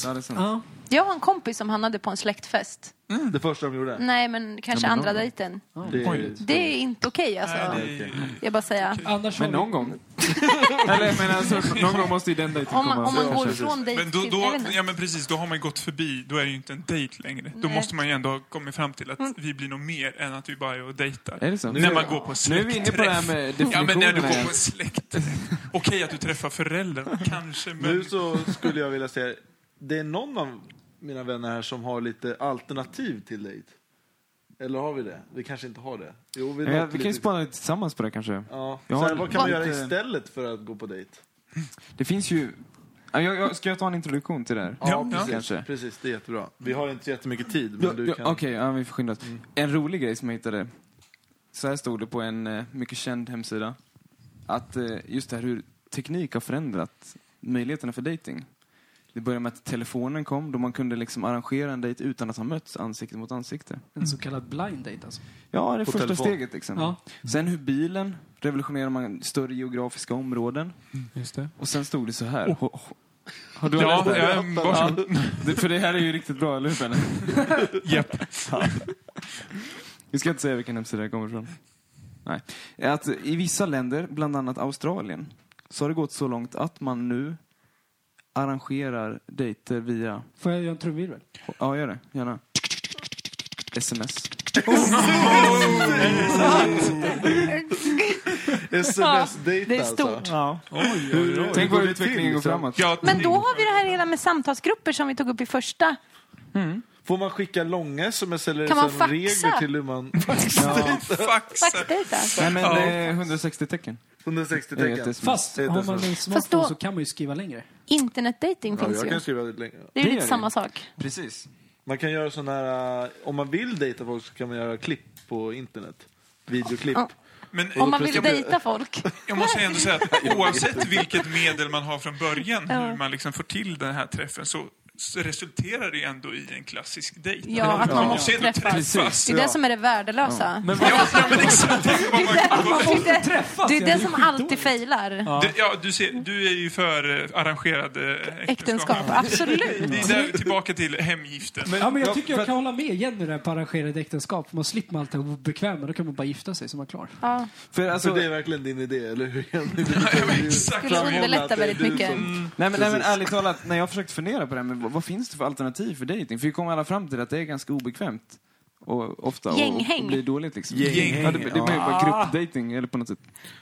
Speaker 5: Dejtplats.
Speaker 4: Ja, det är sant.
Speaker 5: Ja.
Speaker 2: Jag har en kompis som hamnade på en släktfest.
Speaker 1: Det första de
Speaker 5: Mm.
Speaker 1: gjorde?
Speaker 2: Nej, men kanske
Speaker 4: Ja, men då-
Speaker 2: andra dejten.
Speaker 1: Det är...
Speaker 6: Oj.
Speaker 2: Det är inte okej alltså.
Speaker 6: Nej, det är-
Speaker 2: Jag bara säger.
Speaker 5: Annars
Speaker 4: Men
Speaker 5: har
Speaker 4: någon
Speaker 5: vi-
Speaker 4: gång. Eller jag menar, alltså, någon gång måste ju den dejten
Speaker 2: Om
Speaker 4: komma.
Speaker 2: man, om man
Speaker 1: Ja,
Speaker 2: går
Speaker 1: precis.
Speaker 2: från dejt
Speaker 6: Men då,
Speaker 2: till... typ, jag
Speaker 6: då,
Speaker 2: vet inte.
Speaker 6: ja men precis, då har man gått förbi, då är det ju inte en dejt längre. Då
Speaker 2: Nej.
Speaker 6: måste man ju ändå ha kommit fram till att
Speaker 2: Mm.
Speaker 6: vi blir nog mer än att vi bara är och dejtar.
Speaker 4: Är det så?
Speaker 6: När man går på
Speaker 4: Nu är vi inne på det här
Speaker 6: släktträff.
Speaker 4: med
Speaker 6: Ja men när du
Speaker 4: definitionerna
Speaker 6: går
Speaker 4: igen.
Speaker 6: på en släktträff. Okej att du träffar föräldrarna, kanske,
Speaker 1: Nu
Speaker 6: men...
Speaker 1: så skulle jag vilja säga, det är någon av mina vänner här som har lite alternativ till dejt. Eller har vi det? Vi kanske inte har det. Jo, vi,
Speaker 4: Ja,
Speaker 1: har
Speaker 4: vi kan ju
Speaker 1: lite-
Speaker 4: spana lite tillsammans på det kanske.
Speaker 1: Ja.
Speaker 4: Jag
Speaker 1: Så här,
Speaker 4: har
Speaker 1: vad kan man
Speaker 4: lite-
Speaker 1: göra istället för att gå på dejt?
Speaker 4: Det finns ju... Ja, Jag, jag, ska jag ta en introduktion till det här?
Speaker 1: Ja,
Speaker 6: Ja.
Speaker 1: precis.
Speaker 4: Kanske.
Speaker 1: precis. Det är jättebra. Vi har ju inte jättemycket tid,
Speaker 4: Ja,
Speaker 1: men du
Speaker 4: ja,
Speaker 1: kan... Mm.
Speaker 4: Okej, ja, vi får skynda oss. En rolig grej som jag hittade. Så här stod det på en eh, mycket känd hemsida. Att eh, just det här hur teknik har förändrat möjligheterna för dating. Det började med att telefonen kom då man kunde liksom arrangera en dejt utan att ha mötts ansikte mot ansikte.
Speaker 5: En så kallad blind date alltså.
Speaker 4: Ja, det är
Speaker 1: På
Speaker 4: första
Speaker 1: telefon.
Speaker 4: steget liksom.
Speaker 5: Ja.
Speaker 4: Sen hur bilen revolutionerar man större geografiska områden.
Speaker 3: Just det.
Speaker 4: Och sen stod det så här. Ho- ho- Har du läst
Speaker 6: Ja,
Speaker 4: det? här?
Speaker 6: ja, varsågod.
Speaker 4: Det- För det här är ju riktigt bra, eller hur Benne?
Speaker 6: Japp.
Speaker 4: Vi ska inte säga vilken hemsida det kommer ifrån. Nej. Att i vissa länder, bland annat Australien, så har det gått så långt att man nu arrangerar dejter via...
Speaker 5: Får jag göra en trumvirvel?
Speaker 4: Mm. Ja, gör det. Gärna. Sms.
Speaker 1: Sms-dejt
Speaker 2: Det är
Speaker 1: alltså.
Speaker 2: stort.
Speaker 4: Ja.
Speaker 1: Hur, hur
Speaker 4: Tänk
Speaker 1: går
Speaker 4: vad
Speaker 1: det till,
Speaker 4: utvecklingen går
Speaker 1: liksom?
Speaker 4: framåt.
Speaker 6: Ja,
Speaker 2: Men då har vi det här hela med samtalsgrupper som vi tog upp i första.
Speaker 1: Får man skicka långa sms eller är
Speaker 2: Kan
Speaker 1: det
Speaker 2: man
Speaker 1: sån
Speaker 2: faxa?
Speaker 1: regler till hur man...
Speaker 4: Ja.
Speaker 6: Faxa.
Speaker 2: Faxdejtar.
Speaker 4: Nej, men
Speaker 6: Ja.
Speaker 4: det är 160 tecken.
Speaker 1: 160
Speaker 4: Det är
Speaker 1: tecken.
Speaker 4: ett sms.
Speaker 5: Fast
Speaker 1: Det är
Speaker 5: har
Speaker 1: det
Speaker 5: man
Speaker 1: som-
Speaker 5: en smartphone
Speaker 2: då-
Speaker 5: så kan man ju skriva längre.
Speaker 2: Internetdating
Speaker 1: Ja,
Speaker 2: finns
Speaker 1: jag
Speaker 2: ju.
Speaker 1: kan skriva väldigt länge.
Speaker 2: Det är ju
Speaker 4: Det
Speaker 2: lite
Speaker 4: gör
Speaker 2: samma
Speaker 4: det.
Speaker 2: sak.
Speaker 4: Precis.
Speaker 1: Man kan göra sån här... äh, Om man vill dejta folk så kan man göra klipp på internet. Videoklipp.
Speaker 2: Ja.
Speaker 6: Men
Speaker 2: Om man vill
Speaker 1: plötsligt blir-
Speaker 2: dejta folk.
Speaker 6: jag måste ändå säga att oavsett vilket medel man har från början,
Speaker 2: Ja.
Speaker 6: hur man liksom får till den här träffen, så så resulterar det ju ändå i en klassisk dejt.
Speaker 2: Ja, att man måste
Speaker 6: ändå
Speaker 2: träffas.
Speaker 6: träffas.
Speaker 2: Det är det som är det värdelösa.
Speaker 3: Men
Speaker 6: Ja, ja, men exakt. Det var man-
Speaker 2: Det, det är det som alltid failar.
Speaker 6: Du, ja, du, ser, du är ju för eh, arrangerade eh,
Speaker 2: Äktenskap, absolut.
Speaker 6: Det är där, tillbaka till hemgiften.
Speaker 5: Ja, men jag tycker
Speaker 3: för
Speaker 5: jag
Speaker 3: att-
Speaker 5: kan hålla med Jenny där på arrangerade äktenskap. Man slipper allt det här obekväma. Då kan man bara gifta sig så är man klar.
Speaker 2: Ja.
Speaker 4: För alltså,
Speaker 1: För det är verkligen din idé, eller hur?
Speaker 6: Ja, men exakt.
Speaker 2: Skulle underlätta
Speaker 1: Att det är
Speaker 2: väldigt
Speaker 1: du
Speaker 2: mycket.
Speaker 1: som-
Speaker 4: Nej men, nej men
Speaker 1: Precis.
Speaker 4: ärligt talat, när jag har försökt fundera på det här, men vad, vad finns det för alternativ för dating? För vi kommer alla fram till att det är ganska obekvämt. Och ofta och,
Speaker 2: Gänghäng.
Speaker 4: och blir dåligt liksom.
Speaker 6: Gäng.
Speaker 4: Ja, det, det blir bara gruppdating eller på något sätt.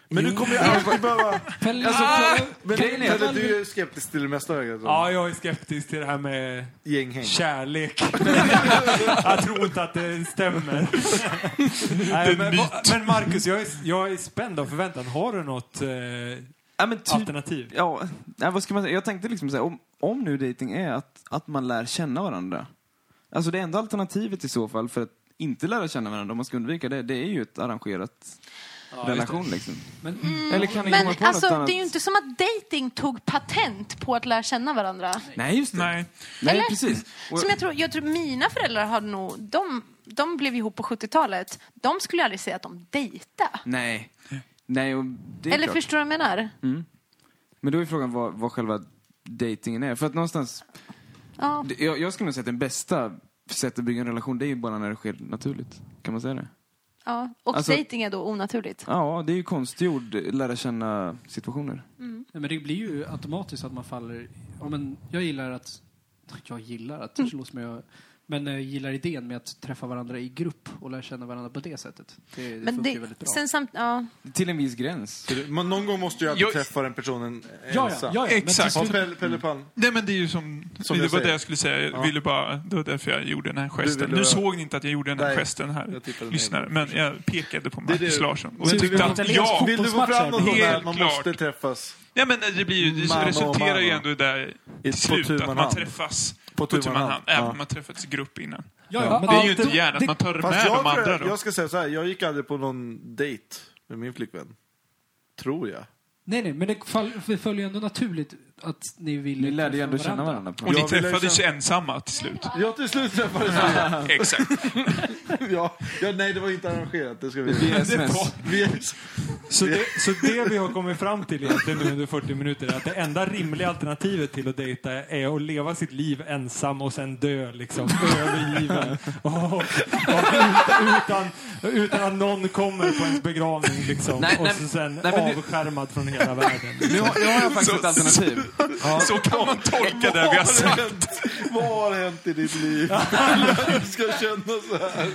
Speaker 1: Men du kommer ju alltid behöva...
Speaker 5: Fäll-
Speaker 1: Men
Speaker 4: ah! Grejen är-
Speaker 1: Pelle, du är skeptisk till det mesta, alltså. verkar det som.
Speaker 3: Ja, jag är skeptisk till det här med
Speaker 1: Gänghäng.
Speaker 3: kärlek. jag tror inte att det stämmer. Nej, men, men Marcus, jag är, jag är spänd av förväntan. Har du något eh,
Speaker 4: Ja men typ,
Speaker 3: alternativ?
Speaker 4: ja, nej, vad ska man säga? Jag tänkte liksom säga, om, om nu dating är att, att man lär känna varandra. Alltså det enda alternativet i så fall för att inte lära känna varandra, om man ska undvika det, det är ju ett arrangerat relation liksom. eller kan ni
Speaker 2: Men
Speaker 4: komma på
Speaker 2: alltså,
Speaker 4: något annat?
Speaker 2: det är ju inte som att dating tog patent på att lära känna varandra.
Speaker 4: Nej just det. Nej,
Speaker 6: Nej.
Speaker 2: Eller?
Speaker 4: precis. Och-
Speaker 2: Som jag, tror, jag tror mina föräldrar hade nog... De, de blev ihop på 70-talet. De skulle aldrig säga att de dejta.
Speaker 4: Nej. Nej, och det är
Speaker 2: Eller
Speaker 4: klart. Mm.
Speaker 2: förstår du vad jag menar?
Speaker 4: Men då är frågan vad, vad själva datingen är. För att någonstans,
Speaker 2: Ja.
Speaker 4: det- jag, jag skulle nog säga att den bästa sättet att bygga en relation, det är ju bara när det sker naturligt. Kan man säga det?
Speaker 2: ja. Och
Speaker 4: Alltså-
Speaker 2: dating är då onaturligt.
Speaker 4: Ja, det är ju konstgjord lära känna situationer.
Speaker 5: Nej, men det blir ju automatiskt att man faller... Ja, men jag gillar att... Jag gillar att...
Speaker 2: Mm.
Speaker 5: Det låter som jag, men jag gillar idén med att träffa varandra i grupp och lära känna varandra på det sättet. Det, det
Speaker 2: Men
Speaker 5: funkar ju
Speaker 2: det,
Speaker 5: väldigt bra.
Speaker 2: sen samt, ja.
Speaker 4: Till en viss gräns.
Speaker 1: För du- Man, någon gång måste ju alltid
Speaker 6: Jag-
Speaker 1: träffa den personen
Speaker 5: ja, ja,
Speaker 1: ensam.
Speaker 5: ja, ja, men till
Speaker 6: Exakt.
Speaker 1: Har
Speaker 5: slut-
Speaker 1: Pelle, Pelle Palm...
Speaker 6: Nej, men det är ju som...
Speaker 1: Som
Speaker 6: det
Speaker 1: jag
Speaker 6: var
Speaker 1: säger.
Speaker 6: det jag skulle säga. Jag ville bara, det var därför jag gjorde den här
Speaker 1: Du
Speaker 6: gesten.
Speaker 1: ville
Speaker 6: Nu
Speaker 1: bara-
Speaker 6: såg ni inte att jag gjorde den här
Speaker 1: Nej,
Speaker 6: gesten här,
Speaker 1: jag tittade
Speaker 6: lyssnare.
Speaker 1: ner.
Speaker 6: Men jag pekade på
Speaker 1: Det är
Speaker 6: Marcus
Speaker 1: det-
Speaker 6: Larsson. Och
Speaker 5: Så
Speaker 6: jag
Speaker 5: du
Speaker 6: tyckte
Speaker 5: vill
Speaker 6: att
Speaker 5: inte läsa
Speaker 6: ja...
Speaker 5: fotboll?
Speaker 1: Vill du få fram något om det här att man
Speaker 6: Helt
Speaker 1: måste
Speaker 6: klart.
Speaker 1: träffas
Speaker 6: Ja, men det, blir ju,
Speaker 1: Mamma
Speaker 6: det
Speaker 1: och
Speaker 6: resulterar ju
Speaker 1: mamma.
Speaker 6: ändå där
Speaker 1: I-
Speaker 6: till
Speaker 1: på
Speaker 6: slut
Speaker 1: tu
Speaker 6: att
Speaker 1: man
Speaker 6: man
Speaker 1: hand.
Speaker 6: träffas
Speaker 1: på
Speaker 6: på
Speaker 1: tu
Speaker 6: tu man hand. Även om man träffats i grupp innan.
Speaker 5: ja, ja, men
Speaker 6: Det är ju
Speaker 5: allt-
Speaker 6: inte gärna att man tar med
Speaker 1: Fast jag,
Speaker 6: de andra
Speaker 1: tror-
Speaker 6: då.
Speaker 1: jag ska säga så här, jag gick aldrig på någon dejt med min flickvän. Tror jag.
Speaker 5: Nej, nej, men det fall- det följer ju ändå naturligt att ni vill...
Speaker 4: Ni lärde ju
Speaker 5: träffa
Speaker 4: ändå känna varandra. På.
Speaker 6: Och ni
Speaker 1: Jag vill liksom-
Speaker 6: träffades ju
Speaker 1: läsa-
Speaker 6: ensamma till slut.
Speaker 1: Ja, till slut träffades vi.
Speaker 6: Exakt.
Speaker 1: Ja, ja, nej, det var inte arrangerat. Det ska vi
Speaker 4: Via sms.
Speaker 1: Vi-
Speaker 3: Så det, så det vi har kommit fram till egentligen nu under 40 minuter är att det enda rimliga alternativet till att dejta är att leva sitt liv ensam och sen dö liksom övergiven. Och, och utan, utan att någon kommer på ens begravning liksom.
Speaker 4: Nej,
Speaker 3: och
Speaker 4: nej,
Speaker 3: så sen
Speaker 4: nej, men nu-
Speaker 3: avskärmad från hela världen.
Speaker 4: Nu har, nu har jag faktiskt
Speaker 6: Så-
Speaker 4: ett alternativ.
Speaker 6: Så kan man tolka det vi har
Speaker 1: Vad har
Speaker 6: sagt.
Speaker 1: hänt? Vad har hänt i ditt liv? Du ska känna så här.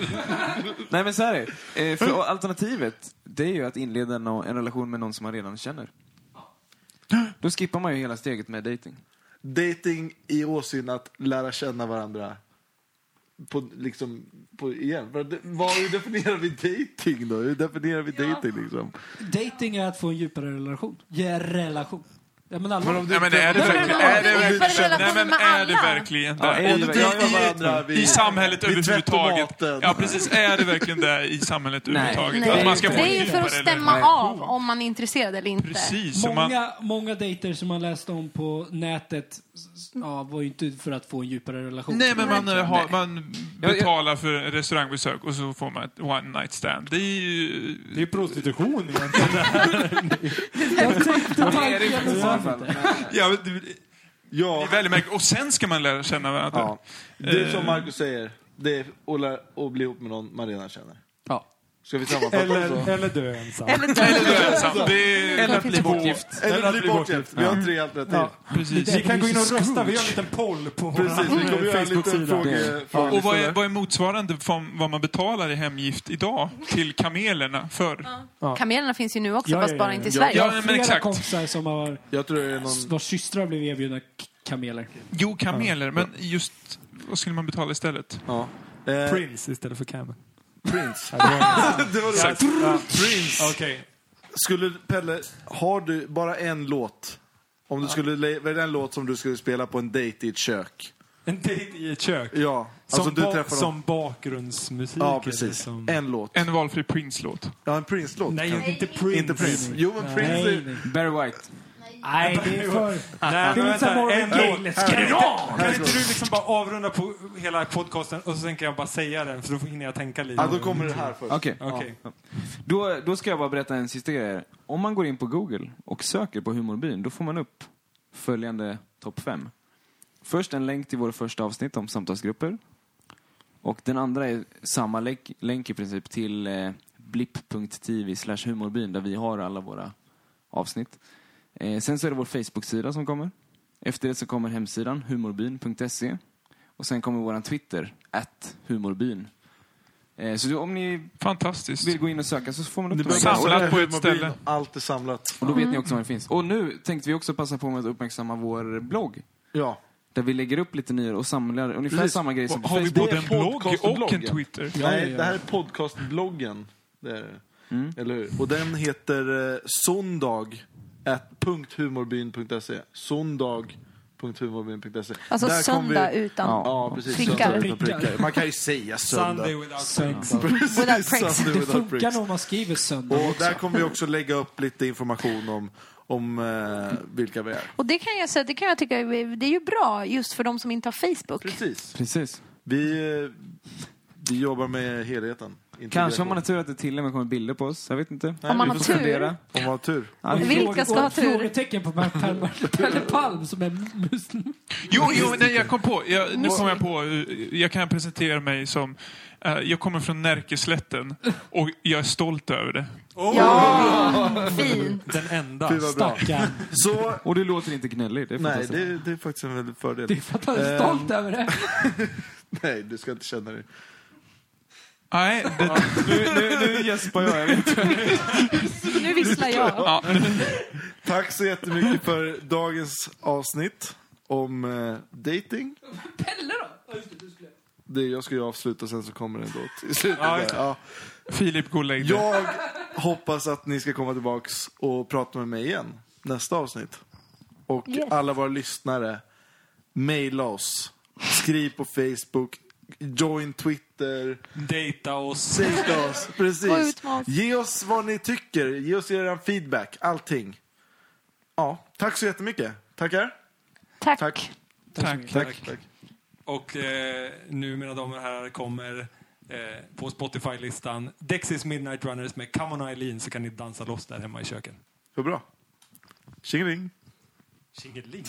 Speaker 4: Nej men så här är det. Eh, För alternativet, det är ju att inleda en, en relation med någon som man redan känner. Då skippar man ju hela steget med dating.
Speaker 1: Dating i åsyn att lära känna varandra. På, liksom, på, igen. Vad- Vad, hur definierar vi dating då? Hur definierar vi dating liksom?
Speaker 5: Dating är att få en djupare relation. Ja, relation. Ja, men alla...
Speaker 6: Nej, men är det verkligen är det
Speaker 2: Men-
Speaker 6: verkligen-
Speaker 2: men-
Speaker 6: nej, men
Speaker 2: med
Speaker 6: är det
Speaker 2: alla?
Speaker 6: verkligen
Speaker 4: Ja,
Speaker 6: det?
Speaker 4: är
Speaker 1: Om du
Speaker 4: jag-
Speaker 1: dejtar
Speaker 4: jag-
Speaker 1: varandra vid-
Speaker 6: I samhället
Speaker 1: vid
Speaker 6: överhuvudtaget.
Speaker 1: tvättomaten.
Speaker 6: Ja, precis. Är det verkligen det i samhället
Speaker 4: Nej.
Speaker 6: överhuvudtaget?
Speaker 2: Nej.
Speaker 6: Att man ska
Speaker 2: det
Speaker 6: få
Speaker 2: är ju
Speaker 6: en
Speaker 2: för att
Speaker 6: djupare relation?
Speaker 2: stämma av om man är intresserad eller inte.
Speaker 6: Precis. så man-
Speaker 5: Många, många dejter som man läste om på nätet s- s- ja, var ju inte för att få en djupare relation.
Speaker 6: Nej, men man, eh, har, man
Speaker 4: Jag- jag-
Speaker 6: betalar för restaurangbesök och så får man ett one night stand. Det är ju...
Speaker 3: Det är ju prostitution egentligen.
Speaker 5: Jag tänkte
Speaker 4: Och det är det
Speaker 5: tanken,
Speaker 4: ju faktiskt i
Speaker 5: men-
Speaker 4: alla fall. Men-
Speaker 6: Ja, men det, det
Speaker 1: Ja,
Speaker 6: är väldigt märkligt. Och sen ska man lära känna varandra.
Speaker 4: Ja.
Speaker 1: det är som Marcus säger. Det är att, lära, att bli ihop med någon man redan känner.
Speaker 5: Ja.
Speaker 1: Ska vi sammanfatta det
Speaker 3: Eller,
Speaker 1: så?
Speaker 3: eller dö ensam.
Speaker 2: Eller
Speaker 6: Eller
Speaker 2: dö.
Speaker 6: du är ensam. Det är,
Speaker 4: Eller att bli bortgift.
Speaker 1: Eller bli bortgift. Vi har tre alternativ.
Speaker 3: Ja.
Speaker 6: precis.
Speaker 3: Vi kan gå in och rösta, vi gör en liten poll på vår
Speaker 1: Precis, vi kommer göra en liten
Speaker 3: Facebook-sida.
Speaker 1: fråge-
Speaker 6: Och vad är,
Speaker 1: frågelista.
Speaker 6: vad är motsvarande från vad man betalar i hemgift idag till kamelerna förr?
Speaker 2: Kamelerna finns ju nu också,
Speaker 3: Ja, ja,
Speaker 2: fast
Speaker 3: ja,
Speaker 2: bara
Speaker 3: ja.
Speaker 2: inte i
Speaker 1: Ja,
Speaker 2: Sverige.
Speaker 5: Jag
Speaker 6: ja.
Speaker 5: har
Speaker 6: men
Speaker 5: flera
Speaker 6: exakt.
Speaker 5: kompisar som har,
Speaker 1: Jag tror det är någon...
Speaker 5: vars systrar blev erbjudna k- kameler.
Speaker 6: Jo, kameler, men just vad skulle man betala istället?
Speaker 1: Ja. Eh,
Speaker 3: Prince istället för Cameron.
Speaker 1: Prince. det var det.
Speaker 6: Exakt.
Speaker 3: Prince. Okej.
Speaker 1: Skulle, Pelle, har du bara en låt? Om du skulle le- välja en låt som du skulle spela på en dejt i ett kök.
Speaker 3: En dejt i ett kök.
Speaker 1: Ja, alltså
Speaker 3: som,
Speaker 1: du
Speaker 3: ba-
Speaker 1: träffar någon.
Speaker 3: som bakgrundsmusik.
Speaker 1: Ja,
Speaker 3: eller liksom-
Speaker 1: precis.
Speaker 3: Som...
Speaker 1: En låt.
Speaker 6: liksom. En valfri Prince-låt.
Speaker 1: Ja, en Prince-låt.
Speaker 3: Nej,
Speaker 1: kanske.
Speaker 3: inte Prince.
Speaker 1: Inte Prince. Jo, men Prince
Speaker 5: Nej,
Speaker 1: är...
Speaker 5: nej.
Speaker 4: Barry White.
Speaker 5: Nej, det är för...
Speaker 3: Nej,
Speaker 5: Det
Speaker 3: men
Speaker 5: är
Speaker 3: vänta.
Speaker 5: som Morgan
Speaker 3: En
Speaker 5: Gale.
Speaker 3: låt.
Speaker 5: Ska det vara?
Speaker 3: Kan inte du liksom bara avrunda på hela podcasten och sen kan jag bara säga den för då hinner jag tänka lite.
Speaker 1: Ja, då kommer det här först.
Speaker 4: Okej.
Speaker 3: Okej.
Speaker 4: Då, då ska jag bara berätta en sista grej. här. Om man går in på Google och söker på humorbyn, då får man upp följande topp fem. Först en länk till vårt första avsnitt om samtalsgrupper. Och den andra är samma länk, länk i princip till eh, blipp.tv slash humorbyn där vi har alla våra avsnitt. Eh, sen så är det vår Facebook-sida som kommer. Efter det så kommer hemsidan humorbyn.se. Och sen kommer våran Twitter, at humorbyn. Eh, så om ni
Speaker 6: Fantastiskt.
Speaker 4: vill gå in och söka så får man upp
Speaker 1: Ni
Speaker 4: dem.
Speaker 1: behöver
Speaker 6: Samlat
Speaker 1: bara-
Speaker 6: på ett ställe.
Speaker 1: Allt är samlat.
Speaker 4: Och då vet ni också var den finns. Mm. Och nu tänkte vi också passa på med att uppmärksamma vår blogg.
Speaker 1: Ja.
Speaker 4: Där vi lägger upp lite nyheter och samlar ungefär
Speaker 1: Precis.
Speaker 4: samma grejer som på
Speaker 6: Har vi
Speaker 4: Facebook.
Speaker 6: både
Speaker 1: Det är
Speaker 6: en blogg
Speaker 1: podcast och
Speaker 6: och en
Speaker 1: bloggen.
Speaker 6: Twitter?
Speaker 1: Nej,
Speaker 5: ja, Mm. ja.
Speaker 1: det här är podcastbloggen. Det är det. Eller hur? Och den heter eh, sondag.humorbyn.se. Sondag.humorbyn.se.
Speaker 2: Alltså
Speaker 1: Där kommer vi-
Speaker 2: söndag utan...
Speaker 4: Ja.
Speaker 1: Ja, precis.
Speaker 2: Prickar.
Speaker 1: Söndag utan prickar. Man kan ju säga söndag.
Speaker 3: Sunday without
Speaker 5: Söndag.
Speaker 3: Prince.
Speaker 1: Precis,
Speaker 2: Without pricks.
Speaker 1: Sunday
Speaker 5: Det
Speaker 1: without
Speaker 5: funkar
Speaker 1: pricks.
Speaker 5: nog om man skriver söndag
Speaker 1: Och
Speaker 5: också.
Speaker 1: där kommer vi också lägga upp lite information om, om eh, vilka vi är.
Speaker 2: Och det kan jag säga, det kan jag tycka, är- det är ju bra just för de som inte har Facebook.
Speaker 1: Precis.
Speaker 4: Precis.
Speaker 1: Vi, eh, vi jobbar med helheten. Integration.
Speaker 4: Kanske om man har tur att det till och med kommer bilder på oss. Jag vet inte.
Speaker 2: Om man
Speaker 1: vi
Speaker 2: har
Speaker 1: får
Speaker 2: tur.
Speaker 4: Fundera.
Speaker 1: Om man har tur.
Speaker 4: Ja, vi-
Speaker 2: Vilka ska
Speaker 5: Och
Speaker 2: ha tur?
Speaker 5: Frågetecken på Per- Per- Pelle Palm som är muslim.
Speaker 6: Jo, jo nej, jag kom på. Jag, nu kom jag på. eh, Jag kan presentera mig som... eh, jag kommer från Närkeslätten och jag är stolt över det.
Speaker 2: Ja, fint.
Speaker 3: Den enda.
Speaker 1: Fy vad bra.
Speaker 5: Stackarn.
Speaker 1: Så,
Speaker 4: Och du låter inte gnällig. Det är
Speaker 1: nej,
Speaker 4: fantastiskt.
Speaker 1: det, det är faktiskt en väldig fördel.
Speaker 5: Det är för att han är stolt över det.
Speaker 1: Nej, du ska inte känna dig.
Speaker 6: Nej, det,
Speaker 4: Nu, nu, nu gäspar jag. jag. vet inte.
Speaker 2: Nu visslar jag.
Speaker 6: ja,
Speaker 1: Tack så jättemycket för dagens avsnitt om eh, dating.
Speaker 5: Pelle då? Ja, just det, du skulle-
Speaker 1: Det jag ska ju avsluta, sen så kommer det en låt i slutet.
Speaker 6: Ja,
Speaker 1: där.
Speaker 6: just det.
Speaker 1: ja.
Speaker 6: Filip, gå och lägg dig.
Speaker 1: Jag hoppas att ni ska komma tillbaks och prata med mig igen nästa avsnitt. Och
Speaker 2: Yes.
Speaker 1: alla våra lyssnare, mejla oss. Skriv på Facebook, join Twitter,
Speaker 3: Dejta oss.
Speaker 1: säg till oss.
Speaker 2: Gå
Speaker 1: Precis.
Speaker 2: ut med oss.
Speaker 1: Ge oss vad ni tycker, ge oss er feedback, allting. Ja, tack så jättemycket. Tackar.
Speaker 2: Tack.
Speaker 1: Tack.
Speaker 3: Och eh, nu, mina damer och herrar, kommer eh, på Spotify-listan. Dexys Midnight Runners med Come on Eileen så kan ni dansa loss där hemma i köket.
Speaker 1: Hur bra? Tjingeling!
Speaker 3: Tjingeling!